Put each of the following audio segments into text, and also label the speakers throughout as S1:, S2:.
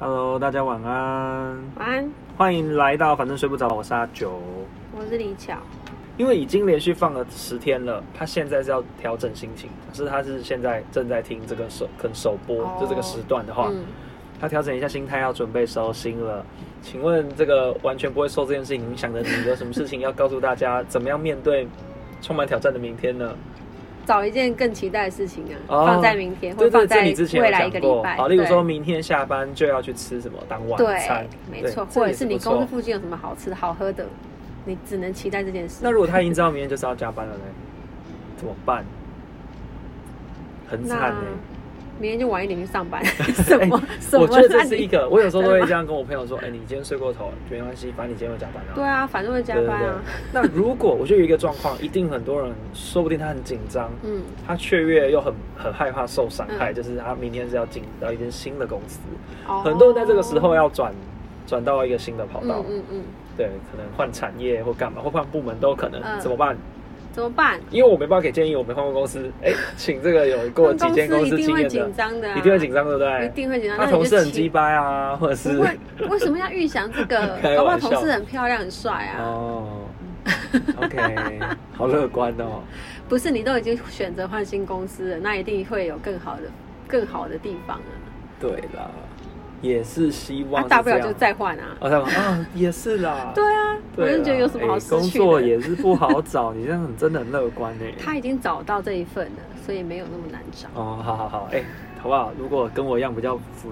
S1: Hello，大家晚安，
S2: 晚安，
S1: 欢迎来到反正睡不着，我是阿九。
S2: 我是李巧。
S1: 因为已经连续放了十天了，他现在是要调整心情，可是他是现在正在听这个首跟首播
S2: 哦
S1: 就这个时段的话，
S2: 嗯，
S1: 他调整一下心态，要准备收心了。请问这个完全不会受这件事情影响的你，有什么事情要告诉大家？怎么样面对充满挑战的明天呢？
S2: 找一件更期待的事情啊，
S1: 哦
S2: 放在明天，或
S1: 对
S2: 者
S1: 对，这
S2: 放在
S1: 你之前
S2: 未
S1: 有
S2: 来
S1: 讲
S2: 一个礼
S1: 过。
S2: 拜。
S1: 好，例如
S2: 对
S1: 说明天下班就要去吃什么当晚餐
S2: 对，，没
S1: 对
S2: 错，
S1: 这
S2: 或者
S1: 也
S2: 是
S1: 不
S2: 你
S1: 错
S2: 公司附近有什么好吃的、好喝的，你只能期待这件事
S1: 那。如果他已经知道明天就是要加班了呢？怎么办？很惨呢、哎
S2: 明天就晚一点去上 班，什么什
S1: 我
S2: 么？
S1: 觉得这
S2: 那
S1: 是一
S2: 你
S1: 个，我有时候都会这样跟我朋友说：“哎、你今天睡过头，没关系，反正你今天会加班啊。”
S2: 对啊，反正会加班啊。
S1: 那如果我觉得有一个状况，一定很多人，说不定他很紧张，
S2: 嗯，
S1: 他雀跃又很很害怕受伤害，
S2: 嗯
S1: 就是他明天是要进到一间新的公司，
S2: 哦
S1: 很多人在这个时候要转转到一个新的跑道
S2: 嗯，嗯嗯，
S1: 对，可能换产业或干嘛，或换部门都可能，
S2: 嗯
S1: 怎么办？
S2: 怎么办？
S1: 因为我没办法给建议，我没换过公司。哎、 请这个有过几间公
S2: 一
S1: 司
S2: 定
S1: 经
S2: 会
S1: 验
S2: 紧
S1: 的，
S2: 张的啊，
S1: 一定会紧张，对不
S2: 一
S1: 对？
S2: 定会紧张。
S1: 他
S2: 那
S1: 同
S2: 你
S1: 事
S2: 就
S1: 很
S2: 期
S1: 鸡掰啊，或者是
S2: 不会，为什么要预想这 个
S1: 开玩笑？
S2: 搞不好同事很漂亮、很帅啊。
S1: 哦，OK，好 乐观哦。
S2: 不是，你都已经选择换新公司了，那一定会有更好的、更好的地方啊。
S1: 对啦，也是希
S2: 那、
S1: 望是
S2: 啊大不了
S1: 这样
S2: 就再换啊。
S1: 哦，再换啊，也是啦。
S2: 对啊，我
S1: 对啦，
S2: 就觉得有什么好
S1: 哎
S2: 失
S1: 工
S2: 去的。
S1: 作也是不好找， 你这样很真的很乐观欸呢。
S2: 他已经找到这一份了，所以没有那么难找。
S1: 哦，好好好，哎、好不好？如果跟我一样比较负，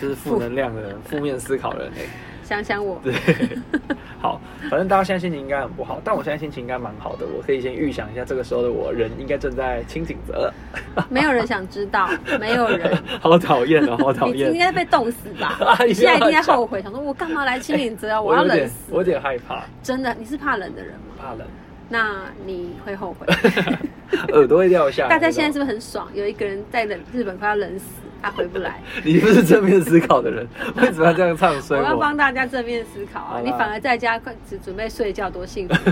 S1: 就是负能量的人、负面思考的人，哎、
S2: 想 想我，
S1: 对，好，反正大家现在心情应该很不好，但我现在心情应该蛮好的，我可以先预想一下这个时候的我，人应该正在清醒着，啊
S2: 没有人想知道，没有人。
S1: 好讨厌哦，好讨
S2: 你应
S1: 厌，？
S2: 该被冻死吧
S1: 哎呀
S2: 你现在一定在后悔，想说我干嘛来清明泽啊？我要
S1: 有
S2: 冷
S1: 点，
S2: 死。
S1: 我有点害怕，
S2: 真的，你是怕冷的人吗？
S1: 怕冷，
S2: 那你会后 悔。
S1: 耳朵会掉下来。
S2: 大家现在是
S1: 是
S2: 不是很爽？有一个人在冷日本快要冷死，他回 不来。
S1: 你 不是正面思考的人，为什么要这样唱
S2: 我
S1: 衰
S2: 要
S1: 我？
S2: 帮大家正面思考
S1: 好啦
S2: 啊！你反而在家快只准备睡觉，多幸 福！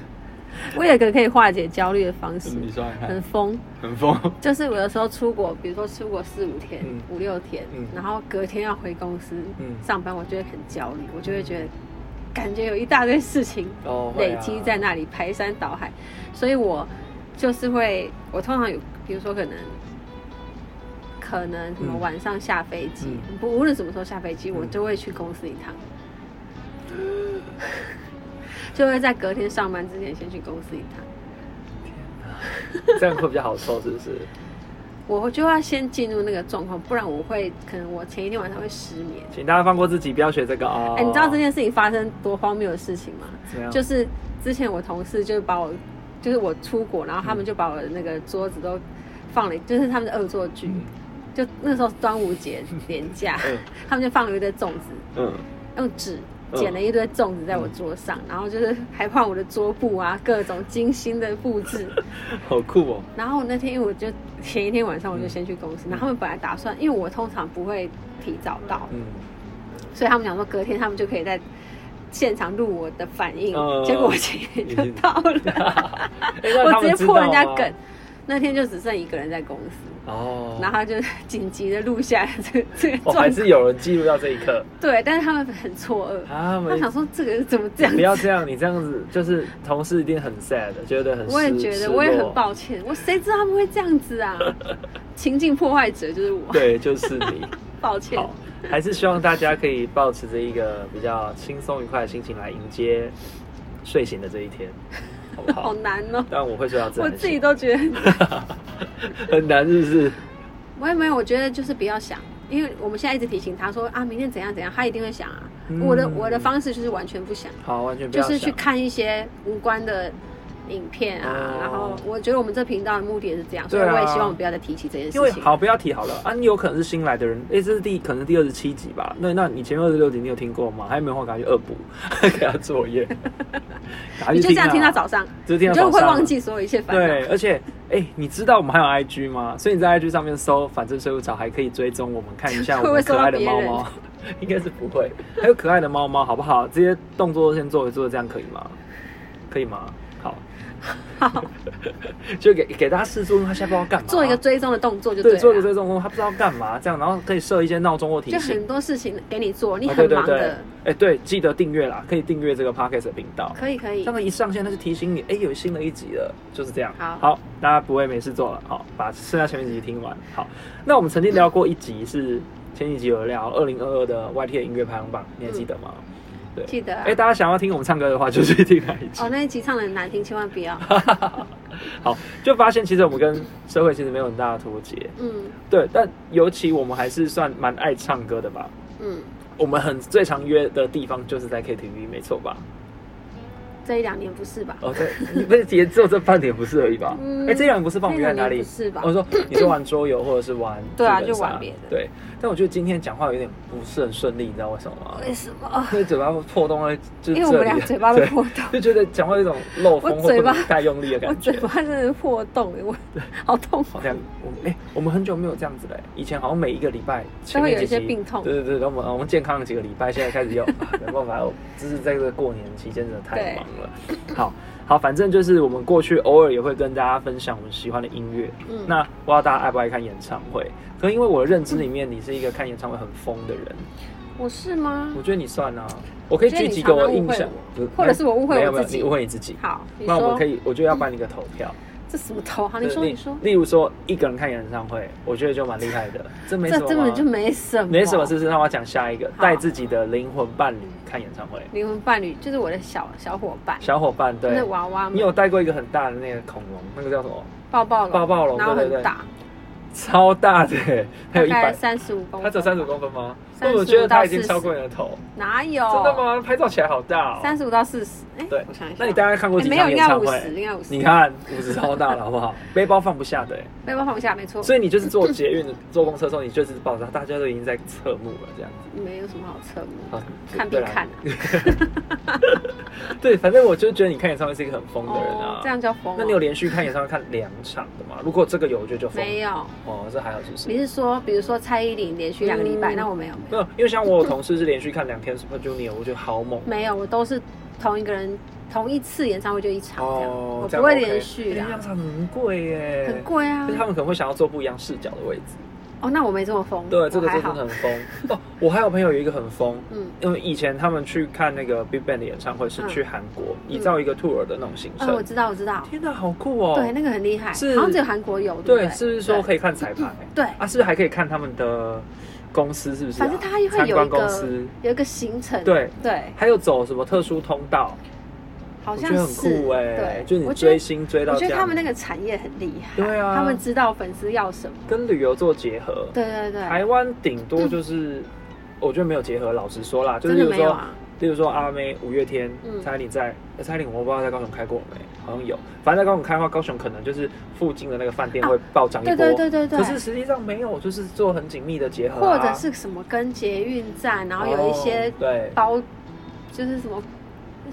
S2: 我有一个可以化解焦虑的方式，
S1: 嗯你说看
S2: 很疯，
S1: 很疯，
S2: 就是我有时候出国，比如说出国四五天
S1: 嗯、
S2: 五六天
S1: 嗯，
S2: 然后隔天要回公司
S1: 嗯
S2: 上班，我就会很焦虑，我就会觉得感觉有一大堆事情
S1: 哦，会
S2: 累
S1: 啊
S2: 积在那里排山倒海，所以我就是会，我通常有，比如说可能，可能什么
S1: 嗯
S2: 晚上下飞机，
S1: 嗯
S2: 不无论什么时候下飞机，我
S1: 嗯
S2: 就会去公司一趟， 就会在隔天上班之前先去公司一趟，
S1: 这样会比较好受，是不是？
S2: 我就要先进入那个状况，不然我会可能我前一天晚上会失眠。
S1: 请大家放过自己，不要学这个哦。
S2: 哎、你知道这件事情发生多荒谬的事情吗？
S1: 怎么样？
S2: 就是之前我同事就把我，就是我出国，然后他们就把我的那个桌子都放了，就是他们的恶作剧，
S1: 嗯
S2: 就那时候是端午节连假，
S1: 嗯
S2: 他们就放了一堆粽子，
S1: 嗯，
S2: 用纸
S1: 嗯
S2: 剪了一堆粽子在我桌上，然后就是还换我的桌布啊，各种精心的布 置。
S1: 好酷哦。
S2: 然后我那天因为我就前一天晚上我就先去公司，然后他们本来打算，因为我通常不会提早到，
S1: 嗯，
S2: 所以他们想说隔天他们就可以在现场录我的反应，
S1: 嗯
S2: 结果我今天就到 了，
S1: 哎那他 们
S2: 我直
S1: 知道
S2: 接破人家
S1: 吗
S2: 梗。那天就只剩一个人在公司，
S1: 哦，
S2: 然后他就 紧急的录下来这个这个
S1: 我、
S2: 状
S1: 哦还
S2: 况，
S1: 是有人记录到这一刻。
S2: 对，但是他们很错愕，
S1: 他
S2: 他
S1: 们
S2: 想说这个人怎么这样
S1: 不
S2: 子。
S1: 要这样，你这样子就是同事一定很 sad，觉得很失
S2: 我也觉
S1: 失
S2: 得，
S1: 落
S2: 我也很抱歉，我谁知道他们会这样 子啊？情境破坏者就是我，
S1: 对，就是 你。
S2: 抱歉。
S1: 好，还是希望大家可以保持着一个比较轻松愉快的心情来迎接睡醒的这一天，好不好？
S2: 好难哦、
S1: 但我会睡到自
S2: 我
S1: 然
S2: 自己
S1: 醒，
S2: 都觉得，
S1: 很难，是不是？
S2: 我也没有，我觉得就是不要想，因为我们现在一直提醒他说啊，明天怎样怎样，他一定会想啊。
S1: 嗯
S2: 我的我的方式就是完全不想，
S1: 好，完全不
S2: 就
S1: 要想。
S2: 是去看一些无关的影片啊
S1: 哦。
S2: 然后我觉得我们这频道的目的也是这样，所
S1: 对
S2: 以
S1: 啊
S2: 我也希望我们不要再提起这件
S1: 因为
S2: 事情。
S1: 好，不要提好了啊！你有可能是新来的人，哎、这是第可能第二十七集吧？那那你前面二十六集你有听过吗？还有没有话赶快去恶补， 给他作 业，赶快去
S2: 你就这样
S1: 啊
S2: 听到早上，
S1: 就
S2: 你
S1: 听到
S2: 就
S1: 早
S2: 会
S1: 上
S2: 忘记所有一切烦
S1: 对，
S2: 恼。
S1: 而且哎、你知道我们还有 IG 吗？所以你在 IG 上面搜“反正睡不着”，还可以追踪我们，看一下
S2: 会
S1: 我
S2: 不会
S1: 们可爱的
S2: 搜到
S1: 猫
S2: 别人
S1: 猫。 应该是不会，还有可爱的猫猫，好不好？这些动作都先做一做，这样可以吗？可以吗？好，
S2: 好，
S1: 就给给大家试做，他现在不知道干嘛，
S2: 做一个追踪的动作就
S1: 对，
S2: 了。
S1: 做一个追踪工，他不知道干嘛，这样，然后可以设一些闹钟或提
S2: 就
S1: 醒。
S2: 很多事情给你做，你
S1: 哦对
S2: 很
S1: 对
S2: 忙
S1: 对，
S2: 的
S1: 哎、，对，记得订阅啦，可以订阅这个 podcast 的频道。
S2: 可以可以
S1: 这，样一上线，它就提醒你，哎、有新的一集了，就是这样。
S2: 好
S1: 大家不会没事做了，好，把剩下前面几集听完。好，那我们曾经聊过一集是前几集有聊二零二二的 YT 音乐排行榜，你还记得吗？
S2: 记得啊
S1: 哎、。大家想要听我们唱歌的话，就去听那一集
S2: 哦，。那一集唱的很难听，千万不 要。
S1: 好，就发现其实我们跟社会其实没有很大的脱节，
S2: 嗯
S1: 对，但尤其我们还是算蛮爱唱歌的吧。
S2: 嗯，
S1: 我们很最常约的地方就是在 KTV，没错吧？
S2: 这一两年不是吧？
S1: 哦， 对，你不是也只有这半点不是而已吧？哎、
S2: 嗯
S1: 这两年不是帮我们约在哪
S2: 这一两年
S1: 里？
S2: 不是吧
S1: 我说你说玩桌游或者是 玩
S2: 对啊
S1: 剧本杀
S2: 就玩别的
S1: 对，但我觉得今天讲话有点不是很顺利，你知道为什么 吗？
S2: 为什么？
S1: 因为嘴巴破洞了，就
S2: 因
S1: 是
S2: 为我
S1: 这
S2: 们
S1: 里
S2: 俩嘴巴都
S1: 对
S2: 破洞，
S1: 就觉得讲话有一种漏风
S2: 我
S1: 或
S2: 嘴
S1: 者
S2: 巴
S1: 太用力的
S2: 我
S1: 感觉
S2: 嘴。巴真的是破洞，我好痛苦
S1: 好。像我们哎、我们很久没有这样子嘞、以前好像每一个礼拜
S2: 都
S1: 前
S2: 会
S1: 面
S2: 有一
S1: 几
S2: 些
S1: 集
S2: 病痛
S1: 对对对，然后我们我们健康了几个礼拜，现在开始又、啊、 没办法，我就是在这个过年期间真的太
S2: 对
S1: 忙了。好好，反正就是我们过去偶尔也会跟大家分享我们喜欢的音乐。
S2: 嗯，
S1: 那不知道大家爱不爱看演唱会？可能因为我的认知里面，你是一个看演唱会很疯的人，
S2: 我是吗
S1: 我？觉得你算啊。我可以
S2: 我觉得
S1: 举
S2: 你
S1: 几个
S2: 常常
S1: 我
S2: 误
S1: 印
S2: 会
S1: 象，不
S2: 我或者是我误会
S1: 没有
S2: 我
S1: 没有，
S2: 自己
S1: 你误会你自己。
S2: 好，你
S1: 那我们
S2: 说
S1: 可以，我就要办一个投票。
S2: 这什么头啊？你说
S1: 对
S2: 你说，
S1: 例例如说一个人看演唱会，我觉得就蛮厉害的，这没什
S2: 这
S1: 么吗，啊
S2: 根本就没什么，
S1: 没什么，是不是？让我讲下一个，
S2: 好
S1: 带自己的灵魂伴侣看演唱会，
S2: 灵魂伴侣，就是我的小小伙伴，
S1: 小伙伴
S2: 就是
S1: 对。
S2: 娃娃
S1: 你
S2: 们，
S1: 有带过一个很大的那个恐龙，那个叫什么？
S2: 抱抱龙，
S1: 抱抱龙
S2: 然后
S1: 对对
S2: 很
S1: 对
S2: 大，
S1: 超大的，还有
S2: 大
S1: 一
S2: 概
S1: 百，
S2: 三十五公分，
S1: 它只有三十公分吗？
S2: 35
S1: 我觉得它已经
S2: 到40
S1: 超过你的头，
S2: 哪有？
S1: 真的？吗？拍照起来好大哦。
S2: 三十五到四十，哎，
S1: 对
S2: 我想一下，
S1: 那你大概看过
S2: 哎
S1: 几
S2: 没有，
S1: 场
S2: 应
S1: 演
S2: 该
S1: 唱
S2: 五十，
S1: 会？
S2: 应该五十，
S1: 你看五十超大了，好不 好？背包放不下的，
S2: 没办法，我下没错，
S1: 所以你就是坐捷运、坐公车的时候，你就是抱着它，大家都已经在侧目了，这样子。
S2: 没有什么好侧目
S1: 好
S2: 的，看必
S1: 哦对啦
S2: 看啊。
S1: 对，反正我就觉得你看演唱会是一个很疯的人啊。
S2: 这样叫疯哦。
S1: 那你有连续看演唱会看两场的吗？如果这个有，我觉得就疯。
S2: 没有？
S1: 哦，这还好，是不
S2: 你
S1: 是？
S2: 是说，比如说蔡依林连续两个礼拜，
S1: 嗯
S2: 那我没有，没
S1: 没
S2: 有，
S1: 有，因为像我有同事是连续看两天 Super Junior，我觉得好猛。
S2: 没有，我都是同一个人同一次演唱会就一场嗯这样，
S1: 哦
S2: 我，
S1: 这
S2: 不
S1: 样
S2: 会
S1: OK
S2: 连续
S1: 哎两
S2: 的，
S1: 场很贵耶，
S2: 很。贵啊
S1: 就是。他们可能会想要坐不一样视角的位置。
S2: 哦，那我没这么疯，
S1: 对，这
S2: 我
S1: 个
S2: 还
S1: 真的
S2: 好。
S1: 很 疯。哦，我还有朋友有一个很疯，
S2: 嗯，
S1: 因为以前他们去看那个 Big Bang 的演唱会是
S2: 嗯
S1: 去韩国，依照一个 tour 的那种行
S2: 哦，我
S1: 程。
S2: 知道，我知道，
S1: 天哪，好酷哦！
S2: 对，那个很厉害，好
S1: 是
S2: 像只有韩国有，不
S1: 对，
S2: 对？
S1: 是不是说可以看彩排？
S2: 对，
S1: 啊，是不是还可以看他们的公司？是不是啊、
S2: 反正它会
S1: 参
S2: 有
S1: 观
S2: 一
S1: 公
S2: 个
S1: 司，
S2: 有一个行程，
S1: 对
S2: 对，
S1: 还有走什么特殊通道，
S2: 好
S1: 我
S2: 像
S1: 觉得很
S2: 是，
S1: 酷哎、
S2: 对，
S1: 就你
S2: 我觉得
S1: 追星追到
S2: 我
S1: 这
S2: 觉得
S1: 样，
S2: 他们那个产业很厉害，
S1: 对啊
S2: 他们知道粉丝要什么，
S1: 跟旅游做结合。
S2: 对对对，
S1: 台湾顶多就是、我觉得没有结合，老实说啦，就是
S2: 真
S1: 例
S2: 的
S1: 如
S2: 没有
S1: 说，
S2: 啊，
S1: 例如说阿妹、五月天、
S2: 嗯
S1: 蔡依林在，呃蔡依林我不知道在高雄开过没，好像有，反正在高雄开的话，高雄可能就是附近的那个饭店
S2: 啊
S1: 会暴涨一波。
S2: 对对对对对，
S1: 可是实际上没有，就是做很紧密的结合、啊，
S2: 或者是什么跟捷运站，然后有一些
S1: 哦对，
S2: 包，就是什么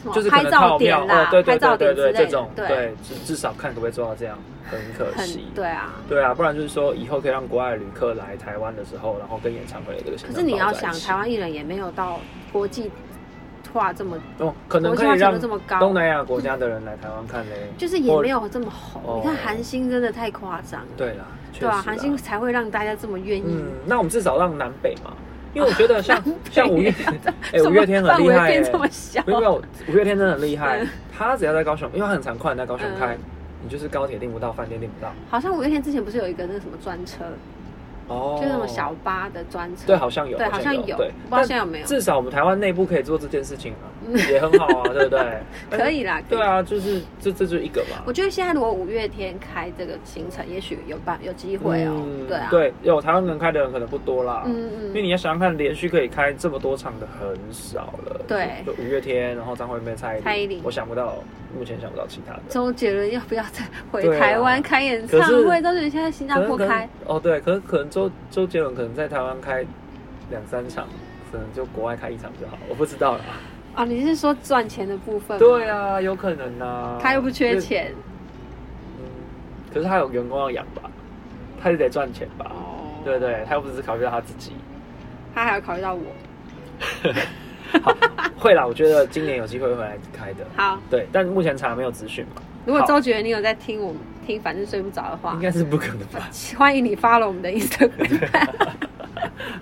S2: 什么
S1: 就是可
S2: 哦拍
S1: 能
S2: 照
S1: 套
S2: 点
S1: 票
S2: 啦，
S1: 哦，对
S2: 拍
S1: 对
S2: 照
S1: 对对
S2: 点之
S1: 对，
S2: 类
S1: 这
S2: 的
S1: 种，
S2: 对，
S1: 对至至少看可不可以做到这样，很可惜
S2: 很。对啊。
S1: 对啊，不然就是说以后可以让国外的旅客来台湾的时候，然后跟演唱会有这个行
S2: 可
S1: 程
S2: 是你要
S1: 包在一
S2: 想，
S1: 起
S2: 台湾艺人也没有到国际化这么，
S1: 哦，可能
S2: 国际
S1: 可
S2: 化
S1: 以
S2: 程
S1: 让
S2: 度这么
S1: 东
S2: 高，
S1: 南亚国家的人来台湾看嘞。
S2: 就是也没有这么红。
S1: 哦
S2: 你看韩星真的太夸张了，
S1: 对啦，确实
S2: 对
S1: 啦
S2: 啊，韩星才会让大家这么愿意
S1: 嗯，那我们至少让南北嘛，因为我觉得像
S2: 北
S1: 像 五月，哎，五
S2: 怎么
S1: 月天很厉
S2: 范围
S1: 害
S2: 变
S1: 欸
S2: 这，么小，
S1: 没有没有，五月天真的很厉害
S2: 嗯，
S1: 他只要在高雄，因为他很常快在高雄
S2: 嗯
S1: 开，你就是高铁订不到，饭店订不到。
S2: 好像五月天之前不是有一个那个什么专车，
S1: 哦，
S2: 就那种小巴的专车，
S1: 对，好像有，
S2: 对好像有，
S1: 对
S2: 不，知道
S1: 但
S2: 现在有没有？
S1: 至少我们台湾内部可以做这件事情 啊，
S2: 嗯
S1: 也很好啊，对不对？
S2: 可。以啦，可以
S1: 对啊，就是这这就是一个嘛。
S2: 我觉得现在如果五月天开这个行程，也许有办有机会哦、
S1: 嗯
S2: 对啊，
S1: 对，有台湾能开的人可能不多啦。
S2: 嗯
S1: 因为
S2: 嗯，
S1: 你要想想看，连续可以开这么多场的很少了。
S2: 对
S1: 就就五月天，然后张惠妹、蔡
S2: 蔡依
S1: 依
S2: 林
S1: 林，我想不到，目前想不到其他的。
S2: 周杰伦要不要再回
S1: 对啊
S2: 台湾开演唱
S1: 可
S2: 会？
S1: 是
S2: 周杰伦现在新加坡
S1: 可能
S2: 开，
S1: 可能哦，对，可是可能周周杰伦可能在台湾开两三场，可能就国外开一场就好，我不知道啦。
S2: 啊？你是说赚钱的部分？
S1: 对，啊，有可能啊。
S2: 他又不缺钱
S1: 嗯，可是他有员工要养吧，他也得赚钱吧，
S2: 哦，
S1: 对不，对？他又不只是考虑到他自己。
S2: 他还要考虑到我。
S1: 好，会啦，我觉得今年有机会会来开的。
S2: 好，
S1: 对，但目前查没有资讯嘛。
S2: 如果
S1: 好
S2: 周杰你有在听我们听，反正睡不着的话
S1: 应，该是不可能吧？
S2: 欢迎你发了我们的 Instagram。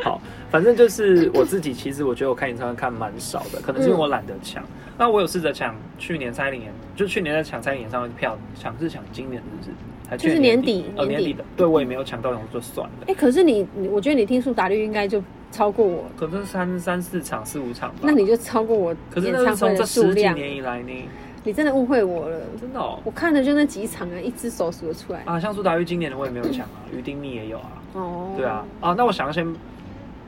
S1: 好，反正就是我自己，其实我觉得我看演唱会看蛮少的，可能是因为我懒得抢。那我有试着抢去年蔡依林演，就去年在抢蔡依林演唱会的票，抢是抢今年是不是？还去
S2: 就是
S1: 年
S2: 年底
S1: 呃年
S2: 年底
S1: 底的，对我也没有抢到，然后就算了。
S2: 哎、可是你，你我觉得你听苏打绿应该就超过我，
S1: 可能三三四场四五场吧。
S2: 那你就超过我
S1: 可是
S2: 演
S1: 那
S2: 唱
S1: 是从
S2: 会
S1: 这
S2: 的数
S1: 十几
S2: 量。
S1: 年以来呢，
S2: 你真的误会我了，
S1: 真的哦
S2: 我看的就那几场啊，一只手数得出来。
S1: 啊，像苏打绿今年的我也没有抢啊，
S2: 嗯
S1: 于丁密也有啊，
S2: 哦，
S1: 对啊，啊，那我想要先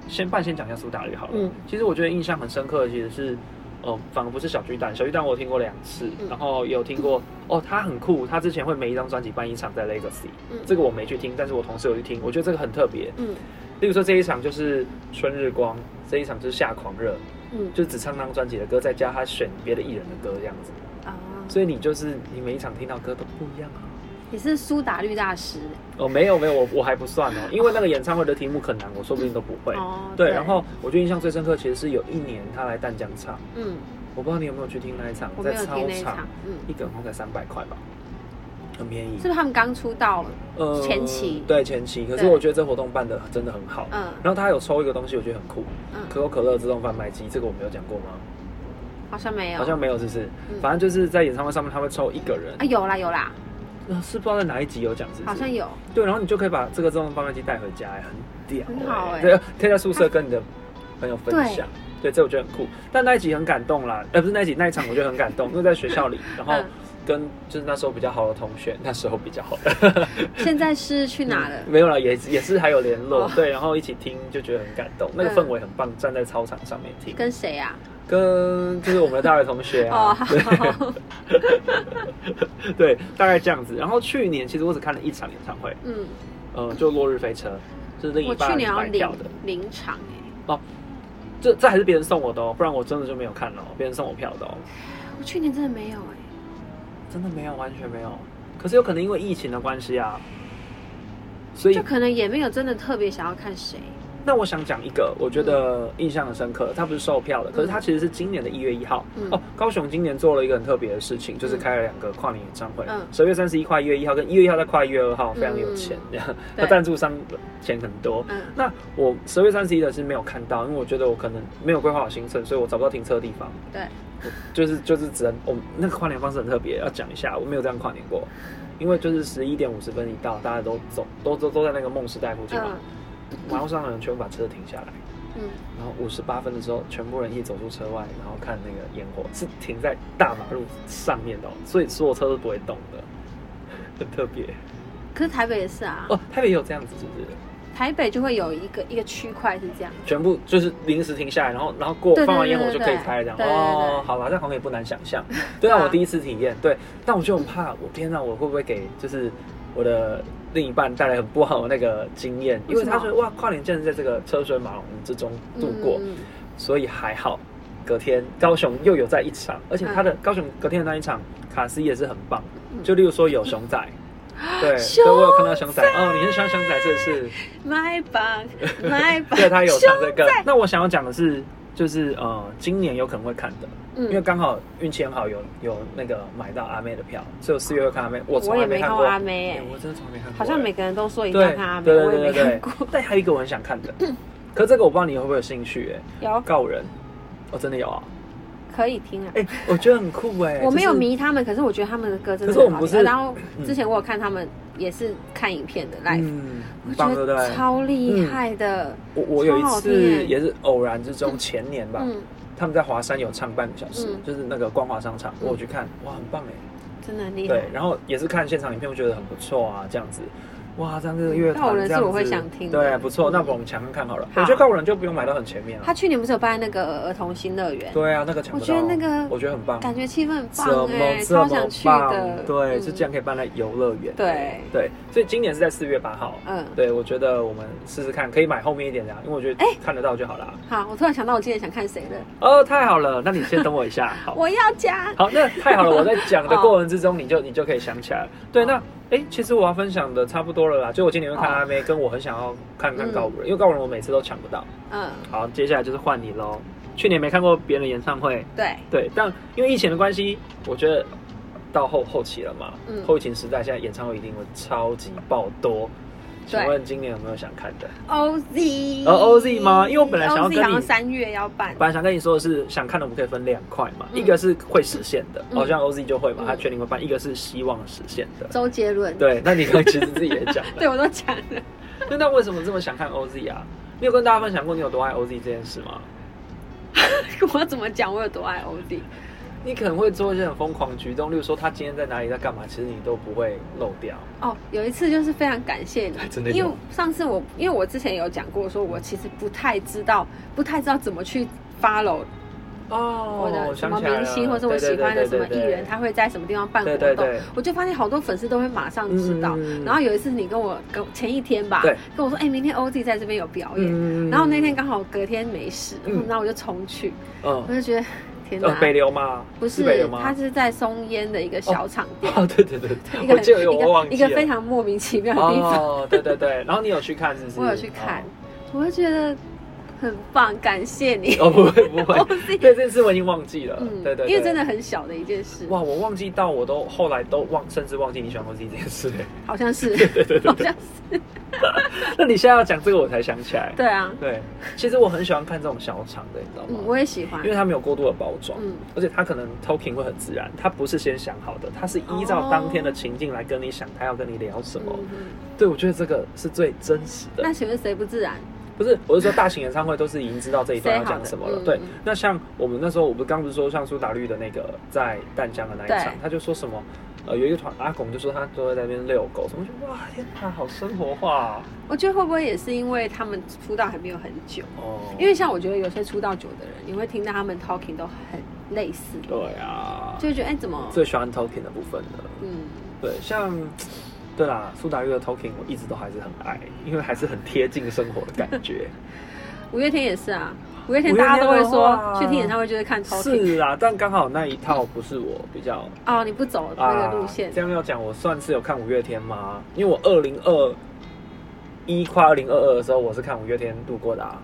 S1: 先半先讲一下苏打绿好了。
S2: 嗯
S1: 其实我觉得印象很深刻的其实是，呃，反而不是小巨蛋，小巨蛋我有听过两次，
S2: 嗯
S1: 然后也有听过哦，他很酷，他之前会每一张专辑办一场在 Legacy，、
S2: 嗯
S1: 这个我没去听，但是我同事有去听，我觉得这个很特别。
S2: 嗯
S1: 例如说这一场就是春日光，这一场就是夏狂热，
S2: 嗯
S1: 就只唱那张专辑的歌，再加他选别的艺人的歌这样子，
S2: 啊，
S1: 所以你就是你每一场听到歌都不一样啊。
S2: 你是苏打绿大师
S1: 哦，没有没有，我我还不算哦，因为那个演唱会的题目很难，我说不定都不会。
S2: 哦
S1: 对，然后我觉得印象最深刻，其实是有一年他来淡江唱，
S2: 嗯，
S1: 我不知道你有没有去听那一场，
S2: 我没
S1: 在
S2: 有
S1: 操
S2: 听那一
S1: 场
S2: 场，，嗯，
S1: 一个人好像才三百块吧，很便宜
S2: 是不。是他们刚出道了？
S1: 呃
S2: 前期
S1: 对前期，可是
S2: 对
S1: 我觉得这活动办的真的很好。
S2: 嗯
S1: 然后他有抽一个东西，我觉得很酷，
S2: 嗯，
S1: 可口可乐自动贩卖机，这个我没有讲过吗？
S2: 好像没有，
S1: 好像没有，是不是？
S2: 嗯
S1: 反正就是在演唱会上面，他会抽一个人
S2: 啊，有啦有啦，
S1: 呃是不知道在哪一集有讲，是不
S2: 好
S1: 是
S2: 像？ 有，
S1: 对，然后你就可以把这个自动贩卖机带回家，哎很屌、哎
S2: 很好哎
S1: 对，可以在宿舍跟你的朋友分享。对，这我觉得很酷。但那一集很感动啦，呃，不是那一集，那一场我觉得很感动，因为在学校里，然后
S2: 嗯
S1: 跟就是那时候比较好的同学，那时候比较好的
S2: 现在是去哪了？
S1: 没有啦，也也是还有联络，
S2: 哦
S1: 对，然后一起听就觉得很感动，那个
S2: 嗯
S1: 氛围很棒，站在操场上面听，
S2: 跟谁啊？
S1: 跟就是我们的大学同学啊，
S2: 哦，好，
S1: 对，大概这样子。然后去年其实我只看了一场演唱会，
S2: 嗯，
S1: 呃，就《落日飞车》，是另一
S2: 我
S1: 半
S2: 去年要
S1: 买票的
S2: 零。零场哎，
S1: 这这还是别人送我的哦，不然我真的就没有看了哦、别人送我票的哦，
S2: 我去年真的没有哎。
S1: 真的没有，完全没有。可是有可能因为疫情的关系啊，所以
S2: 就可能也没有真的特别想要看谁。
S1: 那我想讲一个，我觉得印象很深刻，它不是售票的，可是它其实是今年的一月一号、
S2: 嗯
S1: 哦。高雄今年做了一个很特别的事情，就是开了两个跨年演唱会
S2: 嗯，
S1: 十、二月三十一跨一月一号，跟一月一号再跨一月二号，非常有钱，那、
S2: 对
S1: 赞助商钱很多。
S2: 嗯
S1: 那我十月三十一的是没有看到，因为我觉得我可能没有规划好行程，所以我找不到停车的地方。
S2: 对，
S1: 就是就是只能我们那个跨年方式很特别，要讲一下，我没有这样跨年过，因为就是十一点五十分一到，大家都走都都都在那个梦时代附近嘛
S2: 嗯，
S1: 马路上的人全部把车停下来，
S2: 嗯，
S1: 然后五十八分的时候，全部人一起走出车外，然后看那个烟火是停在大马路上面的哦、所以所有车都不会动的，很特别
S2: 可是台北也是啊，
S1: 哦。台北也有这样子，是不是？
S2: 台北就会有一个一个区块是这样，
S1: 全部就是临时停下来，然后然后过
S2: 对对
S1: 放完烟火
S2: 对
S1: 就
S2: 对
S1: 可以开了这样。
S2: 对对对
S1: 哦，好啦，这样好像也不难想象。对啊，
S2: 对啊
S1: 我第一次体验，对，但我就很怕，我天哪，我会不会给就是我的另一半带来很不好的那个经验？因为
S2: 为什
S1: 他
S2: 么
S1: 觉得哇，跨年竟然在这个车水马龙之中度过，
S2: 嗯
S1: 所以还好。隔天高雄又有在一场，而且他的高雄隔天的那一场卡斯也是很棒，
S2: 嗯
S1: 就例如说有熊仔， 对，
S2: 熊
S1: 所以我有看到熊仔，哦，你很喜欢熊仔是不是？
S2: 嗯 My bag, my
S1: 对
S2: bag，
S1: 他有唱这个。那我想要讲的是，就是呃，今年有可能会看的，因为
S2: 嗯，
S1: 刚好运气很好有，有那个买到阿妹的票，所以我四月会看阿妹。我从
S2: 哦我
S1: 来
S2: 也
S1: 没
S2: 没
S1: 看
S2: 看
S1: 过
S2: 过阿妹
S1: 哎
S2: 哎，
S1: 我真的从来没看过。
S2: 好像
S1: 哎
S2: 每个人都说一定
S1: 对
S2: 要看阿妹，
S1: 对
S2: 我也
S1: 对
S2: 没
S1: 对
S2: 看
S1: 对
S2: 过。。
S1: 但还有一个我很想看 的，可这个我不知道你会不会有兴趣哎、
S2: 有
S1: 告人，哦，真的有啊！
S2: 可以听啊，
S1: 哎、我觉得很酷哎、
S2: 我没有
S1: 就是
S2: 迷他们，可是我觉得他们的歌真的
S1: 可是我
S2: 很
S1: 们
S2: 好
S1: 不
S2: 听。啊
S1: 是
S2: 然后之前我有看他们也是看影片的 live，
S1: 嗯，
S2: 我
S1: 很
S2: 觉
S1: 棒对不
S2: 得
S1: 对？嗯
S2: 超厉害的，
S1: 我我有一
S2: 超好听
S1: 次
S2: 哎
S1: 也是偶然之中，前年吧，
S2: 嗯，
S1: 他们在华山有唱半个小时，
S2: 嗯
S1: 就是那个光华商场，
S2: 嗯
S1: 我有去看，哇，很棒哎、
S2: 真的很厉害
S1: 对。，然后也是看现场影片，我觉得很不错啊，这样子。哇，这样这个乐团
S2: 告五人
S1: 这样子
S2: 是我会想听的
S1: 对，不错。那我们抢看看好了。
S2: 好
S1: 我觉得告五人就不用买到很前面
S2: 他
S1: 了。
S2: 去年不是有办那个儿童新乐园，
S1: 对啊，啊哦那个抢不
S2: 我
S1: 到。
S2: 觉得那个
S1: 我觉得很棒。
S2: 感觉气氛很
S1: 怎
S2: 棒
S1: 么
S2: 哎、
S1: 这
S2: 超
S1: 么
S2: 想去的
S1: 棒？。对，
S2: 嗯
S1: 是这样可以办在游乐园。
S2: 对
S1: 对，所以今年是在四月八号。
S2: 嗯
S1: 对，我觉得我们试试看，可以买后面一点的啊，因为我觉得
S2: 哎
S1: 看得到就好啦。
S2: 好，我突然想到我今天想看谁了，
S1: 哦，太好了，那你先等我一 下。好，
S2: 我要加。
S1: 好，那太好了！我在讲的过程之中， 你就你就可以想起来了。对，那哎、诶其实我要分享的差不多了啦。就我今年会看
S2: 哦
S1: 阿妹，跟我很想要看看告五人，因为告五人我每次都抢不到。
S2: 嗯，
S1: 好，接下来就是换你喽。去年没看过别人的演唱会，
S2: 对，
S1: 对，但因为疫情的关系，我觉得到后后期了嘛，
S2: 嗯
S1: 后疫情时代，现在演唱会一定会超级爆多。请
S2: 对
S1: 问今年有没有想看的？
S2: OZ，
S1: 呃，OZ 吗因为我本来想要
S2: OZ
S1: 跟你
S2: 好像三月要办，
S1: 本来想跟你说的是，想看的我们可以分两块嘛，
S2: 哎嗯
S1: 一个是会实现的，
S2: 嗯
S1: 好、像 OZ 就会嘛，
S2: 嗯
S1: 他确定会办；一个是希望实现的。
S2: 周杰伦，
S1: 对，那你刚刚其实自己也 讲
S2: 对
S1: 了，
S2: 我都讲了，
S1: 那那为什么这么想看 OZ 啊？你有跟大家分享过你有多爱 OZ 这件事吗？
S2: 我怎么讲我有多爱 OZ？
S1: 你可能会做一些很疯狂的举动，例如说他今天在哪里在干嘛，其实你都不会漏掉。，
S2: 哦，有一次就是非常感谢你
S1: 哎真的有
S2: 因为上次我因为我之前有讲过，说我其实不太知道，不太知道怎么去 follow 我
S1: 哦
S2: 的什么明星，或者我喜欢的什么艺人，他会在什么地方办活
S1: 对
S2: 动，
S1: 对对
S2: 我就发现好多粉丝都会马上知道。
S1: 嗯
S2: 然后有一次你跟我跟前一天吧
S1: 对，
S2: 跟我说，哎、明天 OZ 在这边有表演，
S1: 嗯
S2: 然后那天刚好隔天没事，
S1: 嗯
S2: 嗯，然后我就冲去，我
S1: 嗯
S2: 就觉得天哪
S1: 呃，北流吗？
S2: 不
S1: 北流
S2: 是，
S1: 吗？
S2: 他是在松烟的一个小场地，
S1: 哦，对对对，对
S2: 一个
S1: 我记得有
S2: 一
S1: 我忘
S2: 个
S1: 记
S2: 一个
S1: 了
S2: 非常莫名其妙的地方，
S1: 哦，对对对，然后你有去看是不是？哦
S2: 我有去看，我就觉得很棒，感谢你。
S1: 哦。哦，不会不 会，
S2: OZ
S1: 对，这次我已经忘记了。对对，对
S2: 嗯因为真的很小的一件事，
S1: 哇，我忘记到我都后来都忘，甚至忘记你喜欢 OZ 这件事。
S2: 好像是，好像是，
S1: 那你现在要讲这个，我才想起来。
S2: 对啊，
S1: 对，其实我很喜欢看这种小场的，你知道吗
S2: 嗯，？我也喜欢
S1: 哦因，为它没有过度的包装，
S2: 嗯
S1: 而且它可能 talking 会很自然，它不是先想好的，它是依照当天的情境来跟你想，他要跟你聊什么。
S2: 哦嗯嗯
S1: 对，我觉得这个是最真实的。
S2: 那请问谁不自然？
S1: 不是，我是说大型演唱会都是已经知道这一段要讲什么了。
S2: 塞好的嗯
S1: 对
S2: 嗯，
S1: 那像我们那时候，我不是刚不是说像苏打绿的那个在淡江的那一场
S2: 对，
S1: 他就说什么，呃，有一个团阿拱就说他都在那边遛狗，什么就哇天哪，好生活化
S2: 我觉得会不会也是因为他们出道还没有很久？
S1: 哦。
S2: 因为像我觉得有些出道久的人，你会听到他们 talking 都很类似，
S1: 对啊，
S2: 就会觉得哎、怎么，
S1: 最喜欢 talking 的部分了。
S2: 嗯，
S1: 对，像对啦，苏打绿的 Talking 我一直都还是很爱，因为还是很贴近生活的感 觉。
S2: 五月天也是啊，五月天
S1: 五月天
S2: 大家都会
S1: 的话
S2: 说去听演唱会就是看 talking，
S1: 是啊，但刚好那一套不是我比较
S2: 哦，你不走那个路线，
S1: 啊这样要讲，我算是有看五月天吗？因为我二零二一跨二零二二的时候，我是看五月天度过的啊。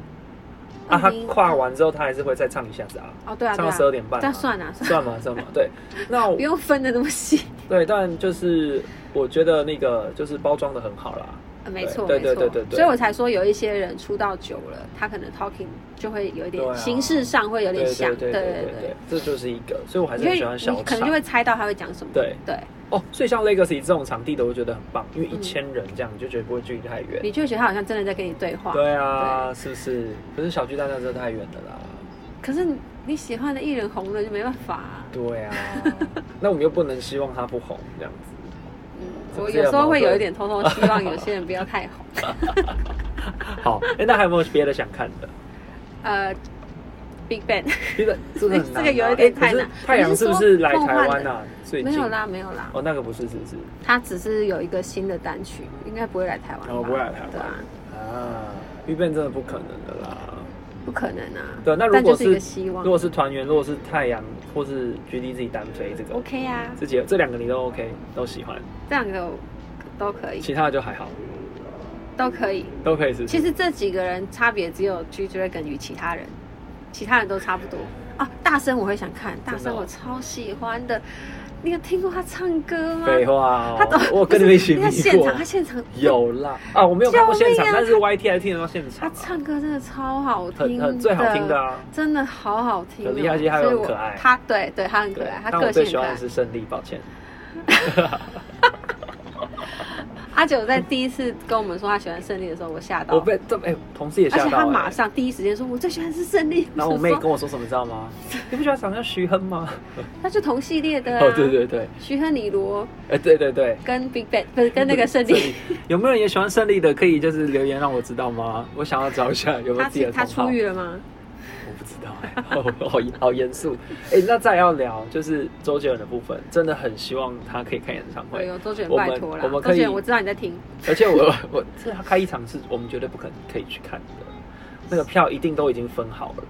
S1: 啊，他
S2: 2022
S1: 跨完之后，他还是会再唱一下子啊，
S2: 哦，对啊，
S1: 唱到
S2: 对啊
S1: 十，二点半、
S2: 这样算啊，算
S1: 算吗？算吗？对，那我
S2: 不用分的那么细，
S1: 对，但就是我觉得那个就是包装的很好啦。
S2: 呃 没错，
S1: 对
S2: 没
S1: 对
S2: 错
S1: 对对，对
S2: 所以我才说有一些人出道久了，他可能 talking 就会有一
S1: 对啊
S2: 点形式上会有点像，
S1: 对对对对对，这就是一个，所以我还
S2: 你
S1: 是
S2: 就
S1: 很
S2: 会
S1: 喜欢小
S2: 你可
S1: 场
S2: 能就。会猜到他会讲什么，
S1: 对
S2: 对，
S1: 哦，所以像 Legacy 这种场地的，我觉得很棒，因为一千人这样，你就觉得不会距离太远。
S2: 你就会觉得他好像真的在跟你嗯对话，
S1: 对啊，是不是？可是小巨蛋那真的太远了啦。
S2: 可是你喜欢的艺人红了就没办法、啊。
S1: 对啊， 那我们又不能希望他不红这样子。
S2: 嗯，
S1: 是不
S2: 我
S1: 是
S2: 有时
S1: 有矛
S2: 候
S1: 盾
S2: 会有一点偷偷希望有些人不要太红。
S1: 好，哎，那还有没有别的想看的？
S2: 呃，Big Bang
S1: 觉得真的很难啊。
S2: 这个有一
S1: 哎
S2: 点太
S1: 可是
S2: 难
S1: 太阳是不是来台湾啊？最近
S2: 没有。啦，没有啦，
S1: 哦，那个不是，是不是？
S2: 他只是有一个新的单曲，应该不会来台湾吧。
S1: 哦，不会来台湾
S2: 对啊，
S1: 啊，预备真的不可能的啦。
S2: 不可能啊。
S1: 对，那如
S2: 但
S1: 果
S2: 就是一
S1: 是
S2: 个希望
S1: 如。果是团员，如果是太阳或是 GD 自己单飞这个
S2: OK 啊，
S1: 这几个这两个你都 OK，都喜欢，
S2: 这两个我都可以，
S1: 其嗯他的就还好，
S2: 都可以。
S1: 都可以是。
S2: 其实这几个人差别只有 G Dragon 与其他人，其他人都差不多啊。大声我会想看，大
S1: 真
S2: 声
S1: 的哦
S2: 我超喜欢的。你有听过他唱歌吗？
S1: 废话、哦，
S2: 他都
S1: 我跟你们一起
S2: 不
S1: 迷
S2: 是他现
S1: 过
S2: 场，，他现场
S1: 有啦啊，我没有看过现场，
S2: 救命啊
S1: 但是 YT 还听得到现场、
S2: 他
S1: 啊，
S2: 唱歌真的超好
S1: 很
S2: 听的，
S1: 很最好听的啊。
S2: 真的好好听哦、
S1: 很厉害而且他又
S2: 所以
S1: 很
S2: 我
S1: 可爱
S2: 他对对，他很可
S1: 对
S2: 爱，他
S1: 但我
S2: 个
S1: 最
S2: 性
S1: 喜
S2: 很可
S1: 欢的
S2: 爱。
S1: 是胜利，抱歉。
S2: 阿九在第一次跟我们说他喜欢胜利的时候，我吓到，
S1: 我被这哎、同事也
S2: 哦而
S1: 吓
S2: 且
S1: 到、
S2: 他
S1: 哎
S2: 马上第一时间说：“我最喜欢的是胜利。”
S1: 然后我
S2: 想
S1: 妹
S2: 说
S1: 跟我说什么，你知道 吗？你不喜欢长得像徐亨吗？
S2: 他是同系列的、啊，
S1: 哦，对，对对，
S2: 徐和尼罗
S1: 哎、对对对，
S2: 跟 Big Bang 不是跟那个胜利，
S1: 有没有人也喜欢胜利的？可以就是留言让我知道吗？我想要找一下有没有
S2: 他
S1: 自己
S2: 出
S1: 的
S2: 他
S1: 同
S2: 出
S1: 好。
S2: 狱了吗？
S1: 我不知道哎、好好好严肃。哎、那再要聊就是周杰伦的部分，真的很希望他可以开演唱
S2: 哎
S1: 会，
S2: 呦，周杰
S1: 我
S2: 伦
S1: 们
S2: 拜托啦
S1: 我们，可以
S2: 周杰伦我知道你在听，
S1: 而且我我这他开一场是我们绝对不可能可以去看的，那个票一定都已经分好了。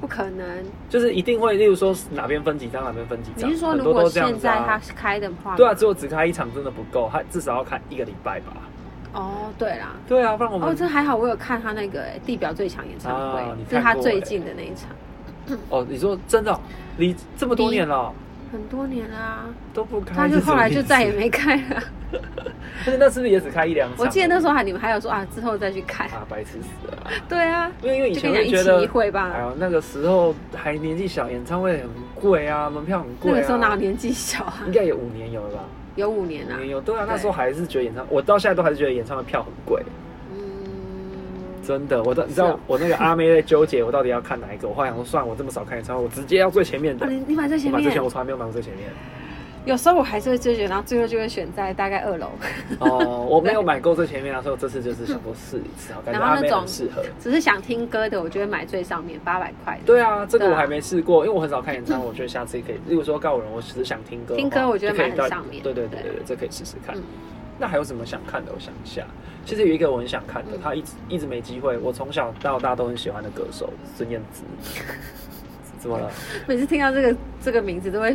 S2: 不可能。
S1: 就是一定会，例如说哪边分几张，哪边分几
S2: 你
S1: 张，
S2: 是说
S1: 很
S2: 如
S1: 多
S2: 果
S1: 都这
S2: 现
S1: 样子
S2: 在他
S1: 啊。
S2: 是开的话，
S1: 对啊，只有只开一场真的不够，他至少要开一个礼拜吧。
S2: 哦，对啦，
S1: 对啊，不然我们、
S2: 哦，这还好，我有看他那个欸地表最强演唱会，
S1: 啊你
S2: 这是他
S1: 看过
S2: 最
S1: 欸
S2: 近的那一场，
S1: 哦，你说真的哦、你这么多年了哦、
S2: 很多年啦、
S1: 都不开，
S2: 他就后来就再也
S1: 没。
S2: 没开了。
S1: 而且那是不是也只开一两场？
S2: 我记得那时候还你们还有说啊，之后再去看。
S1: 啊，白痴死了啊。
S2: 对啊，
S1: 因为因为以
S2: 就
S1: 前
S2: 跟你
S1: 会
S2: 讲
S1: 觉
S2: 一
S1: 得
S2: 期一会
S1: 哎
S2: 吧。
S1: 呦，那个时候还年纪小，演唱会很贵啊，门票很贵、
S2: 那
S1: 啊。
S2: 个时候哪有年纪小啊
S1: 应？该有五年有了吧？
S2: 有五年
S1: 五
S2: 啊。
S1: 年有，对啊，那
S2: 对
S1: 时候还是觉得演唱，我到现在都还是觉得演唱会票很贵，
S2: 嗯，
S1: 真的。我都你知道、
S2: 是哦
S1: 我那个阿妹在纠结，我到底要看哪一个？我后来想说，算了，我这么少看演唱会，我直接要最前面的。
S2: 啊，你你买在前
S1: 我买之前
S2: 面
S1: 我。从来没有买过最前面。
S2: 有时候我还是会追剧，然后最后就会选在大概二楼。
S1: 哦，我没有买够最前面啊，所以我这次就是想说试一次，我感觉
S2: 然后
S1: 阿
S2: 那
S1: 妹
S2: 种
S1: 很适合。
S2: 只是想听歌的，我就会买最上面八百块的。
S1: 对啊，这个
S2: 对
S1: 我
S2: 啊
S1: 还没试过，因为我很少看演唱会，我觉得下次也可以。例如说告五人，我只是想听歌的话，
S2: 听歌我觉得
S1: 就可以
S2: 蛮
S1: 到
S2: 上面
S1: 对对对
S2: 对
S1: 对对，这可以试试看
S2: 嗯。
S1: 那还有什么想看的？我想一下，其实有一个我很想看的
S2: 嗯，
S1: 他一直一直没机会。我从小到大都很喜欢的歌手孙燕 姿，怎么了？
S2: 每次听到这个这个名字，都会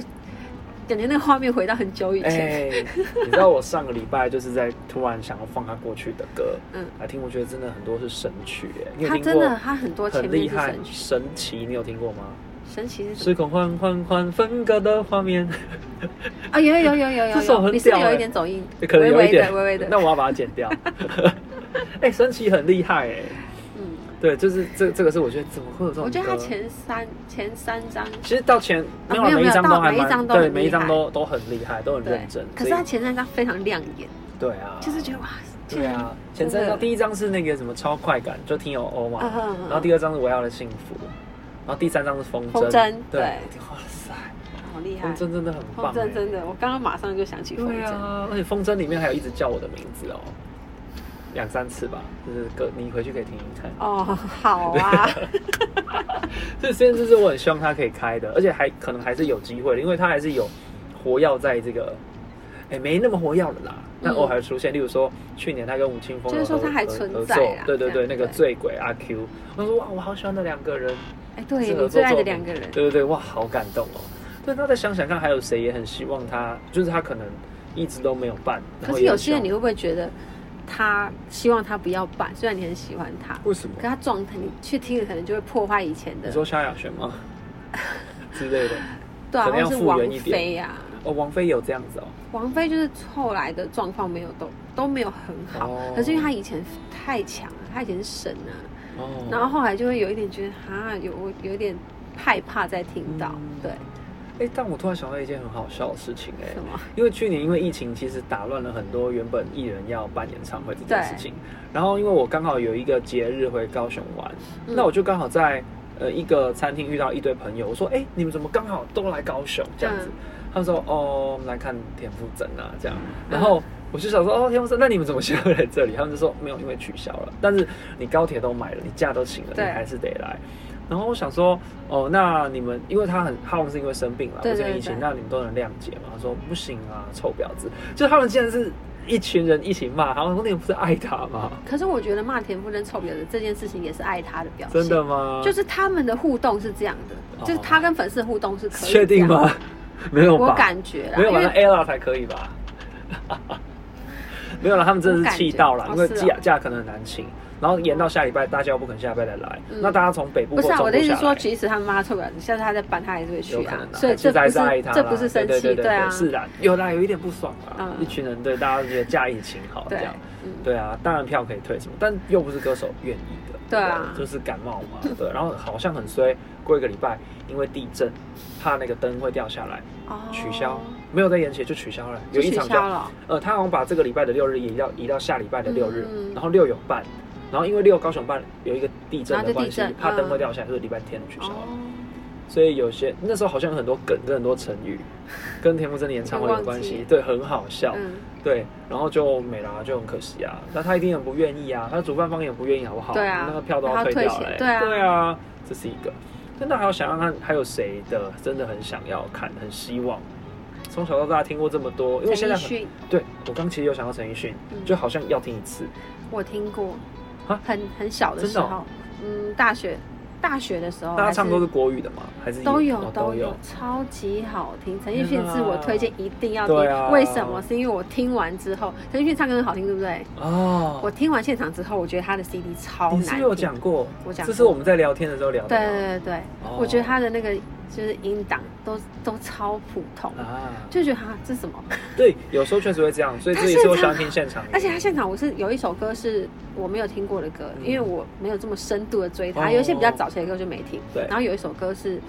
S2: 感觉那个画面回到很久以前。
S1: 哎，你知道我上个礼拜就是在突然想要放他过去的歌，
S2: 嗯
S1: 来听，我觉得真的很多是神曲，哎，你有
S2: 他
S1: 听
S2: 真
S1: 过
S2: 的，？他很多前
S1: 很
S2: 面
S1: 厉
S2: 是
S1: 害
S2: 神，曲，
S1: 神奇，你有听过吗？
S2: 神奇是什
S1: 时空缓缓缓，分割的画面。
S2: 么？啊，有有有有有有，
S1: 这首很
S2: 你是不是
S1: 屌
S2: 有一
S1: 欸
S2: 点走音？
S1: 可能有一
S2: 微微
S1: 点
S2: 的，微微的。
S1: 那我要把它剪 掉。哎、神奇很厉害哎、
S2: 嗯，
S1: 对，就是这这个是我觉得怎么会有这种歌？
S2: 我觉得他前三前三张
S1: 其实到前
S2: 啊
S1: 有啦
S2: 没有
S1: 每一张
S2: 没
S1: 都
S2: 有到
S1: 还
S2: 每一
S1: 蛮
S2: 张都
S1: 对，
S2: 很
S1: 每一
S2: 厉害
S1: 张都都很厉害，都很
S2: 对
S1: 认真。，
S2: 可是
S1: 所以
S2: 他前三张非常亮眼，
S1: 对啊，
S2: 就是觉得哇，
S1: 对啊，
S2: 真
S1: 前
S2: 的
S1: 三张第一张是那个什么超快感，就听有欧嘛，
S2: 嗯嗯嗯
S1: 然后第二张是我要的幸福，然后第三张是风筝，
S2: 风筝
S1: 对，
S2: 对
S1: 哇塞，
S2: 好厉害
S1: 风。筝真的很
S2: 风
S1: 棒、
S2: 筝
S1: 欸，
S2: 真的，我刚刚马上就想起风
S1: 对
S2: 筝。
S1: 啊，而且风筝里面还有一直叫我的名字哦，两三次吧，就是歌你回去可以听一看。
S2: 哦，好 啊，
S1: 这实验室是我很希望它可以开的，而且还可能还是有机会的，因为它还是有活药在这个，哎、没那么活药了啦。那
S2: 嗯
S1: 偶尔出现，例如说去年他跟吴青峰
S2: 就是
S1: 有合
S2: 说它还
S1: 合
S2: 存
S1: 合
S2: 在
S1: 作
S2: 啦
S1: 对对
S2: 这
S1: 对，
S2: 样
S1: 那个
S2: 对
S1: 醉鬼阿 Q，我说哇，我好喜欢那两个人，
S2: 哎，对
S1: 是合
S2: 你
S1: 作
S2: 最爱的
S1: 作品
S2: 两个人，
S1: 对对对，哇，好感动哦。对，那再想想看，还有谁也很希望他，就是他可能一直都没有办，然
S2: 可
S1: 后
S2: 是
S1: 也
S2: 有
S1: 很
S2: 些人
S1: 希
S2: 你
S1: 望
S2: 会不会觉得他希望他不要办？虽然你很喜欢他，
S1: 为什么
S2: 可他状态你去听了可能就会破坏以前的
S1: 你，说萧亚轩吗 之类的？
S2: 对
S1: 可
S2: 啊，
S1: 能
S2: 或
S1: 要
S2: 是
S1: 复
S2: 王
S1: 原一点
S2: 菲啊，
S1: 哦，王菲有这样子哦，
S2: 王菲就是后来的状况没有都都没有很好，
S1: 哦
S2: 可是因为她以前太强了，她以前是神啊，
S1: 哦，
S2: 然后后来就会有一点觉得啊，有我有一点害怕再听到，
S1: 嗯
S2: 对，
S1: 哎、但我突然想到一件很好笑的事情、哎
S2: 什，么？
S1: 因为去年因为疫情，其实打乱了很多原本艺人要办演唱会这件事情。然后因为我刚好有一个节日回高雄玩，
S2: 嗯
S1: 那我就刚好在呃一个餐厅遇到一堆朋友，我说：“哎、你们怎么刚好都来高雄？”这样
S2: 嗯
S1: 子，他们说：“哦，我们来看田馥甄啊，这样。”然后。我就想说，哦，田馥甄，那你们怎么现在会来这里？他们就说没有，因为取消了。但是你高铁都买了，你假都请了，你
S2: 对
S1: 还是得来。然后我想说，哦，那你们因为他很，他们是因为生病了，
S2: 对
S1: 不是
S2: 对
S1: 疫情，
S2: 对
S1: 那你们都能谅解吗？他说不行啊，臭婊子！就他们竟然是一群人一起骂，然后那个不是爱他吗？
S2: 可是我觉得骂田馥甄臭婊子这件事情也是爱她的表现，
S1: 真的吗？
S2: 就是他们的互动是这样的，
S1: 哦
S2: 就是他跟粉丝的互动是可以，
S1: 确定吗？？ 没有吧？
S2: 我感觉啦，
S1: 没有吧？
S2: 因
S1: 那
S2: 为
S1: ella 才可以吧？ 没有了，他们真的是气到了，
S2: 我
S1: 因
S2: 感觉
S1: 为
S2: 哦是哦
S1: 假假可能很难请，然后延到下礼拜，大家又不肯下礼拜再来，
S2: 嗯
S1: 那大家从北部
S2: 不
S1: 或
S2: 是啊，
S1: 中
S2: 我
S1: 部
S2: 的意思
S1: 下
S2: 是说，
S1: 来
S2: 即使他妈臭婊子，下次他在办，他还是会
S1: 有
S2: 去
S1: 可
S2: 啊
S1: 能，啊，
S2: 所以
S1: 其
S2: 这
S1: 实
S2: 不
S1: 还
S2: 是
S1: 是爱他啦，
S2: 这不是生
S1: 对
S2: 气，
S1: 对对
S2: 对啊，
S1: 是啦，有啦，有一点不爽啊，
S2: 嗯
S1: 一群人对大家都觉得假意情好这
S2: 对
S1: 样，，
S2: 嗯，
S1: 对啊，当然票可以退什么，但又不是歌手愿意的，
S2: 对啊
S1: 就是感冒嘛，对，然后好像很衰，过一个礼拜因为地震，怕那个灯会掉下来，
S2: 哦
S1: 取消，没有再延期就取消了，有
S2: 就
S1: 一
S2: 取
S1: 场
S2: 消了，
S1: 呃，他好像把这个礼拜的六日移到移到下礼拜的六日，
S2: 嗯
S1: 然后六有办，然后因为六高雄办有一个地震
S2: 然后
S1: 的
S2: 就
S1: 关
S2: 地
S1: 系
S2: 震，
S1: 怕灯
S2: 嗯
S1: 会掉下来，所以礼拜天取消了。
S2: 哦，
S1: 所以有些那时候好像有很多梗跟很多成 语，跟田馥甄的演唱会有关系，对，很好笑，
S2: 嗯，
S1: 对，然后就没啦，就很可惜啊。那他一定很不愿意啊，他主办方也很不愿意，好不好？
S2: 对啊
S1: 那个票都要
S2: 他
S1: 退
S2: 退
S1: 掉
S2: 钱
S1: 了欸、
S2: 对啊
S1: 对啊，这是一个。真的还有想要看，还有谁的真的很想要看，很希望。从小到大听过这么多，因为现
S2: 陈
S1: 在
S2: 奕
S1: 很
S2: 迅
S1: 对我刚其实有想到陈奕迅，
S2: 嗯
S1: 就好像要听一次，
S2: 我听过
S1: 啊，
S2: 很很小的
S1: 真
S2: 时
S1: 的哦
S2: 候，嗯，大学大学的时候，
S1: 那他
S2: 还
S1: 唱歌是国语的吗？还是
S2: 哦都有
S1: 哦
S2: 都
S1: 都
S2: 有，超级好听。陈奕迅
S1: 天啊
S2: 是我推荐一定要
S1: 对啊
S2: 听，为什么？是因为我听完之后，陈奕迅唱歌很好听，对不对？
S1: 哦。
S2: 我听完现场之后，我觉得他的 CD 超
S1: 你
S2: 难
S1: 是不
S2: 听。
S1: 是有讲过？
S2: 我讲过
S1: 这是我们在聊天的时候聊的
S2: 对
S1: 吗。
S2: 对对对，
S1: 哦
S2: 我觉得他的那个就是音档都都超普通，
S1: 啊，嗯
S2: 就觉得哈这是什么？
S1: 对，有时候确实会这样，所以这也是我喜欢听现场的。
S2: 而且他现场我是有一首歌是我没有听过的歌，
S1: 嗯
S2: 因为我没有这么深度的追他，
S1: 哦
S2: 有一些比较早期的歌就没听。
S1: 对
S2: 然后有一首歌是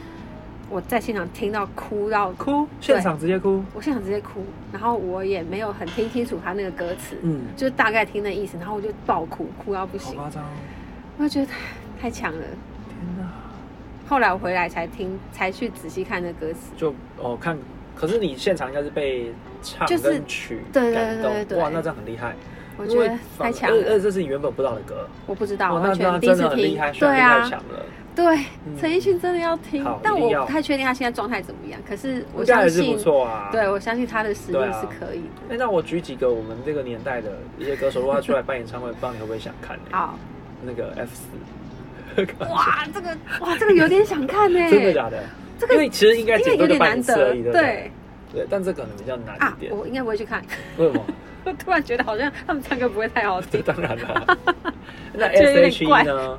S2: 我在现场听到哭到，
S1: 哭，现场直接哭，
S2: 我现场直接哭，然后我也没有很听清楚他那个歌词，
S1: 嗯，
S2: 就是大概听那意思，然后我就爆哭，哭到不
S1: 好
S2: 行，
S1: 夸张哦，
S2: 我就觉得太太强了。
S1: 天哪！
S2: 后来我回来才听，才去仔细看那歌词。
S1: 就哦看，可是你现场应该是被唱
S2: 就是
S1: 跟曲
S2: 对对
S1: 感
S2: 对
S1: 动
S2: 对对
S1: 哇，那这样很厉害，
S2: 我
S1: 因
S2: 觉
S1: 为
S2: 得
S1: 反
S2: 太强
S1: 而而
S2: 了
S1: 且，这是你原本不知道的歌，
S2: 我不知道，
S1: 哇
S2: 完
S1: 哦那
S2: 全
S1: 那
S2: 第一
S1: 真的
S2: 次
S1: 很
S2: 听
S1: 厉害，，旋律
S2: 对
S1: 太
S2: 啊，
S1: 强了，
S2: 对，
S1: 嗯
S2: 陈奕迅真的要听
S1: 好，
S2: 但
S1: 一定
S2: 我
S1: 要
S2: 不太确定他现在状态怎么样。可是我
S1: 应该
S2: 相
S1: 还是不
S2: 信，
S1: 错啊。
S2: 对我相信他的实力
S1: 对啊
S2: 是可以的。
S1: 哎，那我举几个我们这个年代的一些歌手，如果他出来办演唱会，不知道你会不会想看呢？
S2: 好，
S1: 那个 F 四，，
S2: 哇，这个哇，这个有点想看呢
S1: 真的假的？
S2: 这
S1: 因
S2: 个
S1: 为其实应该
S2: 因
S1: 顶
S2: 为
S1: 多
S2: 有
S1: 就
S2: 点
S1: 办一
S2: 难
S1: 次而
S2: 得
S1: 已，，不
S2: 对
S1: 对，但这可能比较难
S2: 啊
S1: 一，点。
S2: 我应该不会去 看。
S1: 为什么？
S2: 我突然觉得好像他们唱歌不会太好
S1: 这
S2: 听，
S1: 当然了。那
S2: 觉得有点
S1: S H E
S2: 怪
S1: 呢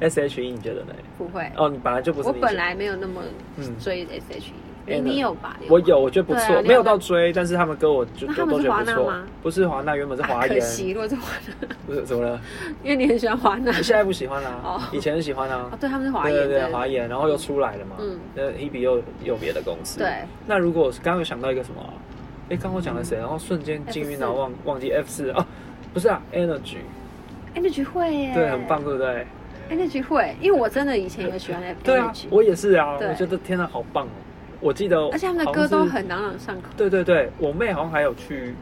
S1: ？S H E 你觉得呢？
S2: 不会。
S1: 哦，你本来就不是
S2: 我
S1: 你
S2: 本
S1: 喜欢
S2: 来没有那么
S1: 嗯
S2: 追 S.H.E，
S1: 哎
S2: 你
S1: 那
S2: 你有吧？你
S1: 我
S2: 吧
S1: 有，我觉得不
S2: 对
S1: 错，
S2: 啊
S1: 没有到追，但是他们歌我就都
S2: 那他们
S1: 都
S2: 是
S1: 觉得不
S2: 华纳
S1: 错
S2: 吗。
S1: 不是华纳，原本是
S2: 啊
S1: 华
S2: 可
S1: 研，
S2: 惜，如果是华纳，
S1: 不是怎么了？
S2: 因为你很喜 欢华纳
S1: 现在不喜欢啦
S2: 哦，
S1: 以前是喜欢啊
S2: 哦，。对，他们是华
S1: 对
S2: 研
S1: 对
S2: 的，
S1: 对，华研，然后又出来了嘛
S2: 嗯。
S1: 那 Hebe 又有别的公司。
S2: 对。
S1: 那如果我刚刚有想到一个什么啊？哎，刚我讲了
S2: 嗯
S1: 谁？然后瞬间惊晕，
S2: F4
S1: 然后忘忘记 F 四哦，不是啊，Energy，
S2: Energy 会耶，
S1: 对，很棒，对不对？
S2: Energy 会，因为我真的以前也喜欢 Energy，
S1: 对啊，我也是啊，
S2: 对
S1: 我觉得天哪，好棒哦！我记得，
S2: 而且他们的歌都……很朗朗上口。
S1: 对对对，我妹好像还有去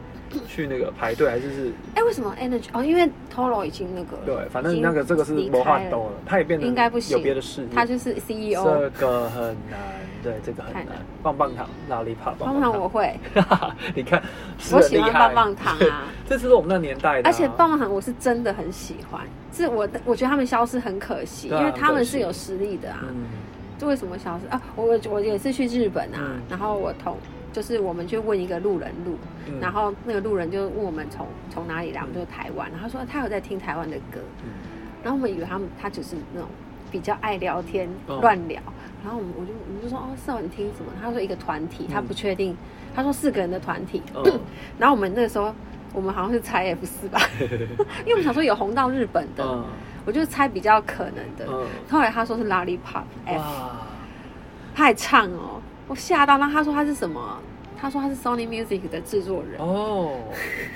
S1: 去那个排队，还是是
S2: 哎，为什么 Energy？哦，因为 Toro 已经那个了，
S1: 对，反正那个
S2: 已经
S1: 这个是
S2: 离
S1: 魔幻
S2: 开了
S1: 豆了，她也变得
S2: 应该不行
S1: 有别的事业，
S2: 他就是 E CEO。
S1: 这个很难，对，这个很
S2: 太
S1: 难
S2: 难。
S1: 棒棒糖，哪里怕
S2: 棒
S1: 棒棒
S2: 棒糖我
S1: 糖？
S2: 会，
S1: 你看，是
S2: 我
S1: 很
S2: 喜
S1: 厉
S2: 欢
S1: 害。
S2: 棒棒糖啊，
S1: 这是我们那年代的啊，
S2: 而且棒棒糖我是真的很喜欢，是我的，我觉得他们消失很可惜，
S1: 对啊
S2: 因为他
S1: 很
S2: 们
S1: 可惜
S2: 是有实力的啊。
S1: 嗯，
S2: 就为什么消失啊？我我也是去日本啊，
S1: 嗯
S2: 然后我同就是我们去问一个路人路，
S1: 嗯
S2: 然后那个路人就问我们从从哪里来，
S1: 嗯
S2: 我们就台湾，然后他说他有在听台湾的歌，
S1: 嗯
S2: 然后我们以为他们他只是那种比较爱聊天、
S1: 哦
S2: 乱聊，然后我们我就我们就说哦，是哦，你听什么？他说一个团体，他
S1: 嗯
S2: 不确定，他说四个人的团体，
S1: 嗯
S2: 然后我们那个时候我们好像是猜 F 四吧，因为我们想说有红到日本的，
S1: 嗯
S2: 我就猜比较可能的。
S1: 嗯，
S2: 后来他说是 Lollipop F，
S1: 哇，
S2: 他还唱哦，我吓到。然后他说他是什么？他说他是 Sony Music 的制作人，
S1: 哦，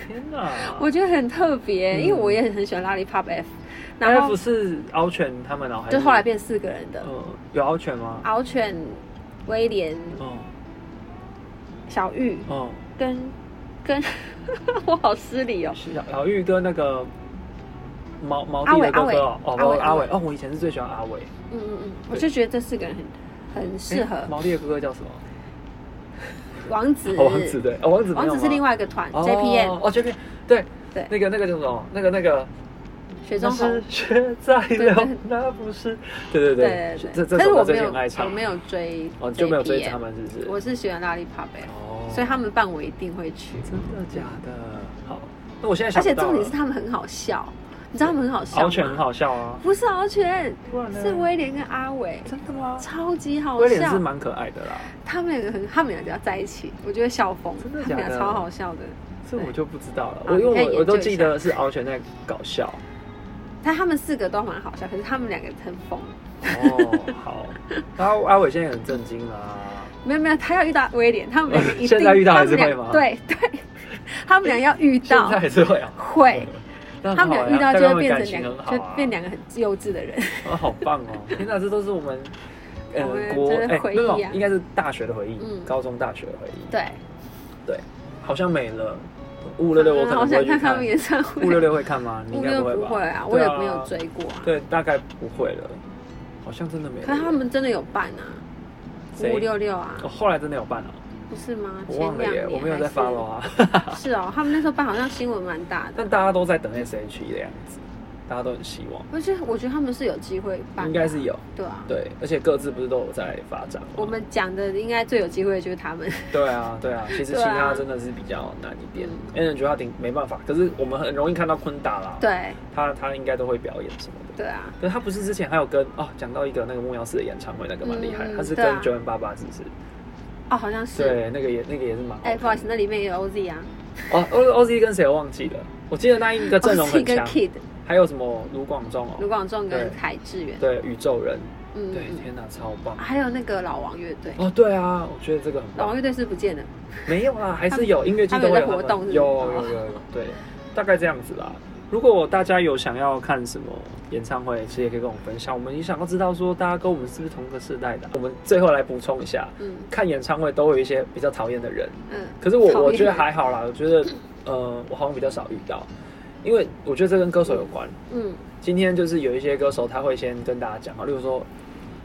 S1: 天哪！
S2: 我觉得很特别，
S1: 嗯
S2: 因为我也很喜欢 Lollipop F，然
S1: F
S2: 后
S1: 是敖犬他们哦，还是
S2: 就后来变四个人的，
S1: 呃有敖犬吗？
S2: 敖犬、威廉、
S1: 哦
S2: 小玉
S1: 哦，
S2: 跟跟 我好失礼哦，
S1: 是小小玉跟那个毛毛
S2: 阿
S1: 弟
S2: 伟
S1: 的哥哥哦，
S2: 阿
S1: 哦
S2: 伟
S1: 毛
S2: 阿
S1: 阿
S2: 伟
S1: 伟哦，我以前是最喜欢阿伟，
S2: 嗯嗯嗯，我就觉得这四个人很很适合
S1: 诶毛弟的哥哥叫什么？
S2: 王子，
S1: 哎哦，王子对，哦王子
S2: 王子是另
S1: 外
S2: 外一个团 JPN
S1: 哦 JPN 对
S2: 对
S1: 那个那个叫什么？那个那个
S2: 雪中
S1: 是
S2: 红。
S1: 雪在
S2: 对
S1: 流
S2: 对，
S1: 那不是对对
S2: 对
S1: 对
S2: 对，
S1: 这
S2: 对，
S1: 这
S2: 但是
S1: 首歌
S2: 我没
S1: 最
S2: 有
S1: 近很爱
S2: 我
S1: 唱
S2: 没，有追，
S1: 哦你就没有追他，们是不是？
S2: 我是喜欢 Lollipop F，
S1: 哦
S2: 所以他们办我一定会去。
S1: 真的假的？好，那我现在
S2: 而
S1: 想
S2: 且
S1: 不到了，
S2: 重点是他们很好笑，你知道他们很好笑
S1: 敖
S2: 吗？
S1: 犬很好笑啊，
S2: 不是敖犬，
S1: 不然呢
S2: 是威廉跟阿伟，
S1: 真的吗？
S2: 超级好
S1: 威廉是
S2: 笑。
S1: 蛮可爱的啦，
S2: 他们两个很，他们两个要在一起，我觉得笑疯
S1: 真的，
S2: 他们
S1: 假
S2: 俩
S1: 的
S2: 超好笑的。
S1: 这我就不知道了。
S2: 好
S1: 我因
S2: 你可以
S1: 为
S2: 研
S1: 我
S2: 究
S1: 我都
S2: 一
S1: 记
S2: 下
S1: 得是敖犬在搞 笑。
S2: 但他们四个都蛮好笑，可是他们两个很疯。
S1: 哦，好。然后阿伟现在很震惊啊啦，
S2: 没有没有，他要遇到威廉，他们两个一 定
S1: 现在遇到还是
S2: 他们
S1: 会
S2: 俩
S1: 吗
S2: 对 对，他们俩要遇
S1: 现
S2: 到
S1: 在还是会啊。
S2: 会，
S1: 那
S2: 他
S1: 很
S2: 们
S1: 好啊
S2: 俩
S1: 呀
S2: 遇
S1: 代
S2: 到就
S1: 表他
S2: 会
S1: 们
S2: 变
S1: 感
S2: 成
S1: 情
S2: 两
S1: 很
S2: 个，
S1: 好
S2: 就
S1: 啊，
S2: 变两个很幼稚 的人。
S1: 啊，好棒 哦！天哪，这都是我们呃
S2: 我们
S1: 国
S2: 真的
S1: 哎
S2: 回忆
S1: 那种
S2: 啊
S1: 应该是大学的回忆，
S2: 嗯
S1: 高中大学的回忆，
S2: 对，
S1: 好像没了。五六六我可能
S2: 好
S1: 不会
S2: 想
S1: 去
S2: 看他们演唱会。
S1: 五六六会看吗？你应
S2: 五
S1: 该
S2: 六
S1: 不会
S2: 不
S1: 吧？
S2: 会啊，我
S1: 对
S2: 也
S1: 啊
S2: 没有追过啊。
S1: 对，大概不会了，好像真的没有。
S2: 可是他们真的有办啊，
S1: 谁
S2: 五六六啊
S1: 哦，后来真的有办了，
S2: 不是吗？
S1: 我忘
S2: 前
S1: 了
S2: 两
S1: 耶，
S2: 年
S1: 我没有在
S2: 还是
S1: follow 啊。
S2: 是哦，他们那时候办好像新闻蛮大的，
S1: 但大家都在等 S H E 的样子，大家都很希望，
S2: 而且我觉得他们是有机会办，
S1: 应该是有。
S2: 对啊。
S1: 对，而且各自不是都有在发展吗？
S2: 我们讲的应该最有机会的就是他们，
S1: 对啊，对啊，其实
S2: 对
S1: 其
S2: 啊
S1: 他真的是比较难一点
S2: 嗯。
S1: a n 觉得他顶没办法，可是我们很容易看到昆达啦，
S2: 对
S1: 他他应该都会表演什么的。
S2: 对啊，
S1: 可是他不是之前还有跟哦讲到一个那个木曜寺的演唱会，那个蛮厉害，
S2: 嗯
S1: 他是
S2: 对啊
S1: 跟九零八八是不是？
S2: 哦，好像是，
S1: 对，那个也那个也是蛮好
S2: 哎，
S1: 看
S2: 不好意思，那里面也有 OZ 啊，
S1: 哦，O O Z 跟谁我忘记了，我记得那一个阵容
S2: OZ
S1: 很
S2: 跟
S1: 强，
S2: Kid、
S1: 还有什么卢广仲
S2: 卢
S1: 哦，
S2: 广仲跟
S1: 对
S2: 凯志远，
S1: 对，宇宙人，
S2: 嗯，
S1: 对，
S2: 嗯
S1: 天哪，超棒！
S2: 还有那个老王乐队，
S1: 哦，对啊，我觉得这个很
S2: 老王
S1: 棒。
S2: 乐队是不见了，
S1: 没有啦，还是有音乐季都会有他们
S2: 他们有在活动是不是
S1: 有有有有，对，大概这样子啦。如果大家有想要看什么演唱会，其实也可以跟我们分享。我们也想要知道说，大家跟我们是不是同个世代的啊、我们最后来补充一下，
S2: 嗯
S1: 看演唱会都会有一些比较讨厌的人，
S2: 嗯，
S1: 可是我
S2: 讨厌
S1: 我觉得还好啦，我觉得呃，我好像比较少遇到，因为我觉得这跟歌手有关。
S2: 嗯
S1: 今天就是有一些歌手他会先跟大家讲啊，例如说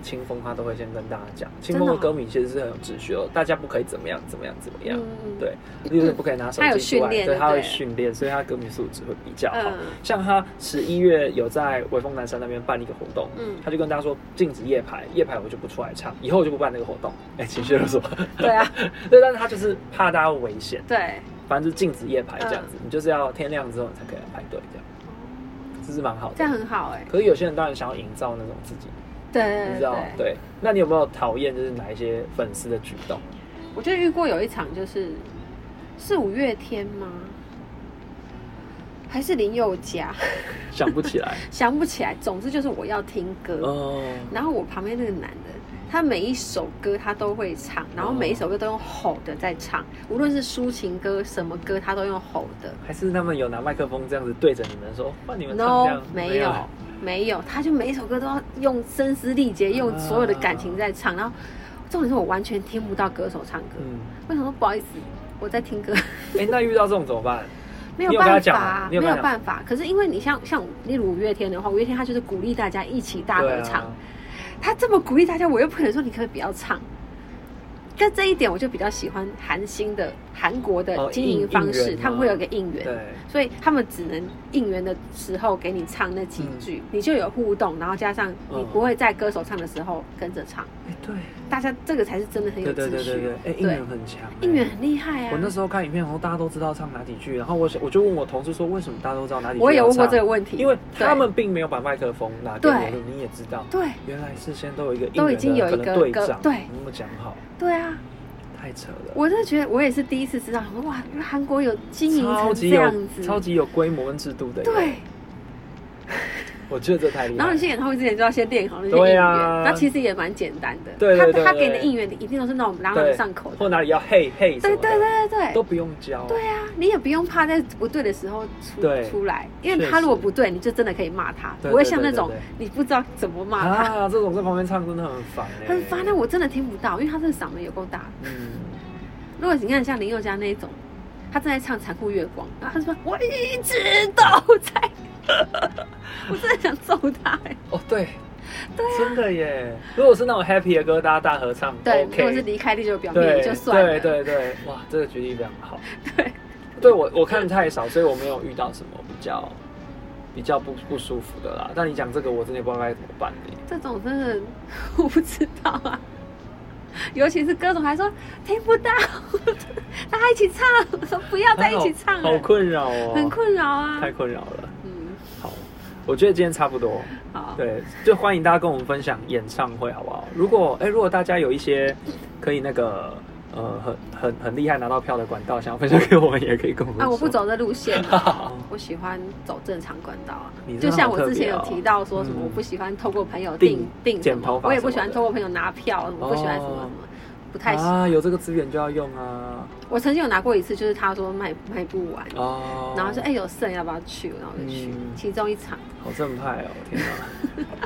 S1: 清风，他都会先跟大家讲，清风
S2: 真
S1: 的
S2: 的
S1: 歌
S2: 哦
S1: 迷其实是很有秩序的，大家不可以怎么样怎么样怎么样，
S2: 嗯，
S1: 对，例如不可以拿手
S2: 他有
S1: 机出
S2: 训
S1: 来，
S2: 练
S1: 对，
S2: 就
S1: 他
S2: 对
S1: 会
S2: 了
S1: 训练，所以他歌迷素质会比较好。
S2: 嗯
S1: 像他十一月有在微风南山那边办一个活动，
S2: 嗯
S1: 他就跟大家说禁止夜排，夜排我就不出来唱，以后我就不办那个活动。哎、情绪勒索，
S2: 对啊，
S1: 对，但是他就是怕大家危险，
S2: 对，
S1: 反正就禁止夜排这样
S2: 嗯
S1: 子，你就是要天亮之后你才可以来排队这样，这是蛮好
S2: 这
S1: 的
S2: 样。很好哎，
S1: 可是有些人当然想要营造那种自己，
S2: 对，
S1: 你知道？对，那你有没有讨厌就是哪一些粉丝的举动？
S2: 我就遇过有一场，就是是五月天吗？还是林宥嘉？
S1: 想不起来。
S2: 想不起来。总之就是我要听歌，
S1: 哦，
S2: 然后我旁边那个男的，他每一首歌他都会唱，然后每一首歌都用吼的在唱，无论是抒情歌什么歌，他都用吼的。
S1: 还是他们有拿麦克风这样子对着你们说，换你们唱这
S2: No，
S1: 样？
S2: 没有，没有，他就每一首歌都要用声嘶力
S1: 啊
S2: 竭，用所有的感情在唱，然后重点是我完全听不到歌手唱歌。
S1: 嗯，
S2: 为什么不好意思？我在听歌。
S1: 哎、那遇到这种怎么办？
S2: 没有
S1: 你有跟他
S2: 办
S1: 讲
S2: 法
S1: 吗，你
S2: 没
S1: 有
S2: 有
S1: 跟他讲
S2: 办法。可是因为你像像例如五月天的话，五月天他就是鼓励大家一起大合唱，
S1: 对啊
S2: 他这么鼓励大家，我又不可能说你可不可以不要唱。但这一点我就比较喜欢韩星的韩国
S1: 哦
S2: 的经营
S1: 应
S2: 方
S1: 应
S2: 式，
S1: 援吗
S2: 他们会有个应援，
S1: 对，
S2: 所以他们只能应援的时候给你唱那几句，你就有互动，然后加上你
S1: 嗯
S2: 不会在歌手唱的时候跟着唱，
S1: 哎、对，
S2: 大家这个才是真的很有
S1: 对对
S2: 秩
S1: 对对
S2: 序
S1: 对。，哎、应援很强、哎
S2: 应援。很厉害啊！
S1: 我那时候看影片，然后大家都知道唱哪几句，然后我想我就问我同事说，为什么大家都知道哪几句？
S2: 我也有问过这个，问题，
S1: 因为
S2: 对
S1: 他们并没有把麦克风拿给
S2: 对
S1: 我，你也知道，
S2: 对
S1: 原来事先都有一个应援的
S2: 都已经有一个
S1: 可能队
S2: 歌
S1: 长，
S2: 对
S1: 你那么讲好，
S2: 对啊，
S1: 太扯了。
S2: 我真的觉得，我也是第一次知道，我说哇，原来韩国有经营
S1: 超
S2: 成
S1: 级
S2: 这
S1: 有
S2: 样子，
S1: 超级有规模跟制度的，
S2: 对，。
S1: 我觉得这太厉害了。
S2: 然后你去演唱会之前就要先练好那些应
S1: 对
S2: 援，
S1: 啊
S2: 那其实也蛮简单的。
S1: 对对对
S2: 他他
S1: 对
S2: 给你的应援一定都是那种朗朗上口
S1: 或
S2: 的。
S1: 哪里要嘿嘿什
S2: 对
S1: 么的，
S2: 对对对
S1: 都
S2: 对，
S1: 不用教。
S2: 对啊，你也不用怕在不对的时候出
S1: 对
S2: 出来，因
S1: 确
S2: 为
S1: 实
S2: 他如果不对，你就真的可以骂他，
S1: 对
S2: 不会
S1: 对
S2: 像
S1: 对
S2: 那
S1: 对
S2: 种
S1: 对
S2: 你不知道怎么骂他，
S1: 啊，这种在旁边唱真的很烦哎、
S2: 很烦啊的。我真的听不到，因为他这个嗓门有够大的。
S1: 嗯，
S2: 如果你看像林宥嘉那一种，他正在唱《残酷月光》，然后他说：“我一直都在。” 我真的想揍他、欸。
S1: 哦对，
S2: 啊
S1: 真的耶。如果是那种 happy 的歌，大家大合唱
S2: 对如果是
S1: ，OK，
S2: 离开地球表面
S1: 对，
S2: 也就算了。
S1: 对对对，哇，这个举例非常好。
S2: 对，
S1: 对我我看太少，所以我没有遇到什么比较比较不不舒服的啦。但你讲这个，我真的不知道该怎么办哎、
S2: 这种真的我不知道啊。 尤其是歌手还说听不到， 大家一起唱，我说不要再哦一起唱
S1: 好
S2: 了，
S1: 困扰哦，
S2: 很困扰啊
S1: 太。困扰了。
S2: 嗯，
S1: 好，我觉得今天差不多。
S2: 好，
S1: 对，就欢迎大家跟我们分享演唱会，好不好？如果哎、如果大家有一些可以那个呃很很很厉害拿到票的管道，想要分享给我们，也可以跟我们
S2: 啊，
S1: 说
S2: 我不。走这路线啊。
S1: 好
S2: 我喜欢走正常管道啊
S1: 你，真
S2: 就
S1: 的
S2: 像
S1: 好
S2: 我
S1: 特
S2: 之前
S1: 别
S2: 有
S1: 哦
S2: 提到说什么，
S1: 嗯
S2: 我不喜欢透过朋友
S1: 订
S2: 订订
S1: 剪
S2: 什么
S1: 头发
S2: 我也
S1: 什
S2: 不喜
S1: 么
S2: 欢
S1: 的
S2: 透过朋友拿票，我不喜欢什么
S1: 哦
S2: 什么，不太喜。
S1: 啊，有这个资源就要用啊。
S2: 我曾经有拿过一次，就是他说卖卖不完，
S1: 哦，
S2: 然后说哎有剩要不要去，然后我就去
S1: 嗯
S2: 其中一场。
S1: 好正派哦，天哪！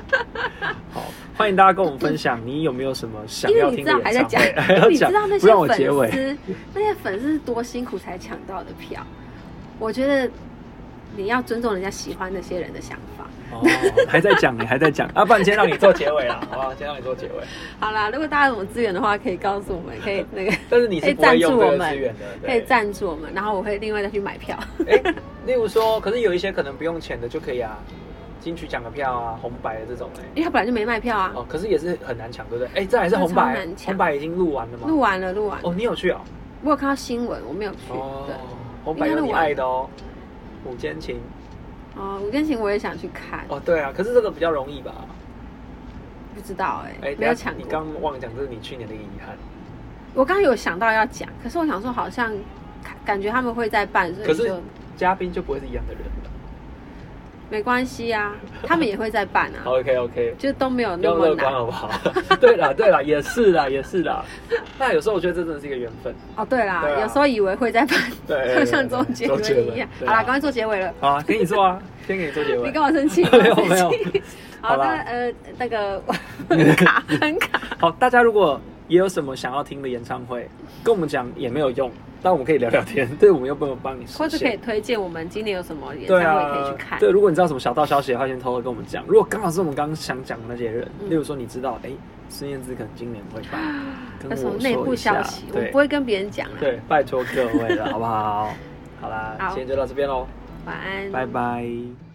S1: 好，欢迎大家跟我们分享，你有没有什么想
S2: 因
S1: 要
S2: 为你
S1: 听
S2: 知
S1: 的
S2: 道
S1: 演
S2: 还在
S1: 唱
S2: 讲
S1: 会？还 要，
S2: 你知
S1: 讲
S2: 道那
S1: 不
S2: 些
S1: 让我
S2: 粉
S1: 结尾。
S2: 丝，那些粉丝是多辛苦才抢到的票。我觉得你要尊重人家喜欢那些人的想法。
S1: 哦，还在讲，你还在讲，啊，不然今天让你做结尾啦，好不好？今天让你做结尾，
S2: 好啦，如果大家有什么资源的话，可以告诉我们，可以那个。
S1: 但是你
S2: 可
S1: 是
S2: 以
S1: 不会
S2: 赞
S1: 用
S2: 助
S1: 这
S2: 我
S1: 个
S2: 们
S1: 资源的， 对
S2: 可以赞助 我们，然后我会另外再去买票。
S1: 哎，例如说，可是有一些可能不用钱的就可以啊，金曲奖的票啊，红白的这种哎、
S2: 因为他本来就没卖票啊，
S1: 哦，可是也是很难抢，对不对？哎、这还是红
S2: 那超
S1: 白
S2: 难，抢
S1: 红白已经录完了吗？
S2: 录完了，录完了。
S1: 哦，你有去哦？
S2: 我有看到新闻，我没有去。
S1: 哦
S2: 对，，
S1: 红白有你爱的哦，《午间情》
S2: 哦，五间情我也想去看，
S1: 哦，对啊，可是这个比较容易吧？
S2: 不知道哎
S1: 哎，，
S2: 没
S1: 等下
S2: 有抢
S1: 你
S2: 过。
S1: 刚忘了讲，这是你去年的一个遗憾。
S2: 我刚刚有想到要讲，可是我想说好像感感觉他们会再办，所
S1: 可
S2: 以
S1: 是
S2: 就
S1: 嘉宾就不会是一样的人了。
S2: 没关 系啊，他们也会再办啊，
S1: OK OK，
S2: 就都没有
S1: 不
S2: 那
S1: 要
S2: 么
S1: 乐观啊
S2: 难。
S1: 好不好？ 对啦对啦，也是啦也是啦。那有时候我觉得这真的是一个缘分。
S2: 哦，对啦，
S1: 对啊
S2: 有时候以为会再办，
S1: 对
S2: 就像周杰伦一样。好啦，赶快做结尾了。
S1: 好啊，给你做 啊，先给你做结尾。
S2: 你干嘛生气？
S1: 没有没有
S2: 生气。
S1: 好
S2: 好，那
S1: 啦
S2: 呃 那个很卡很卡，
S1: 好，大家如果也有什么想要听的演唱会，跟我们讲也没有用，但我们可以聊聊天， 对我们又不能帮你实
S2: 或者可以
S1: 现。
S2: 推荐我们今年有什么演唱
S1: 对
S2: 会可以
S1: 啊
S2: 去看。，
S1: 对，如果你知道什么小道消息的话，先偷偷跟我们讲。如果刚好是我们刚刚想讲的那些人，
S2: 嗯
S1: 例如说你知道，哎，孙燕姿可能今年 会办，跟
S2: 有什么
S1: 我
S2: 内
S1: 说
S2: 部
S1: 一
S2: 消
S1: 下
S2: 息，我
S1: 对
S2: 不会跟别人讲啦。
S1: 对，拜托各位了，好不好？好啦，
S2: 好嗯
S1: 今天就到这边喽，
S2: 晚安，
S1: 拜拜。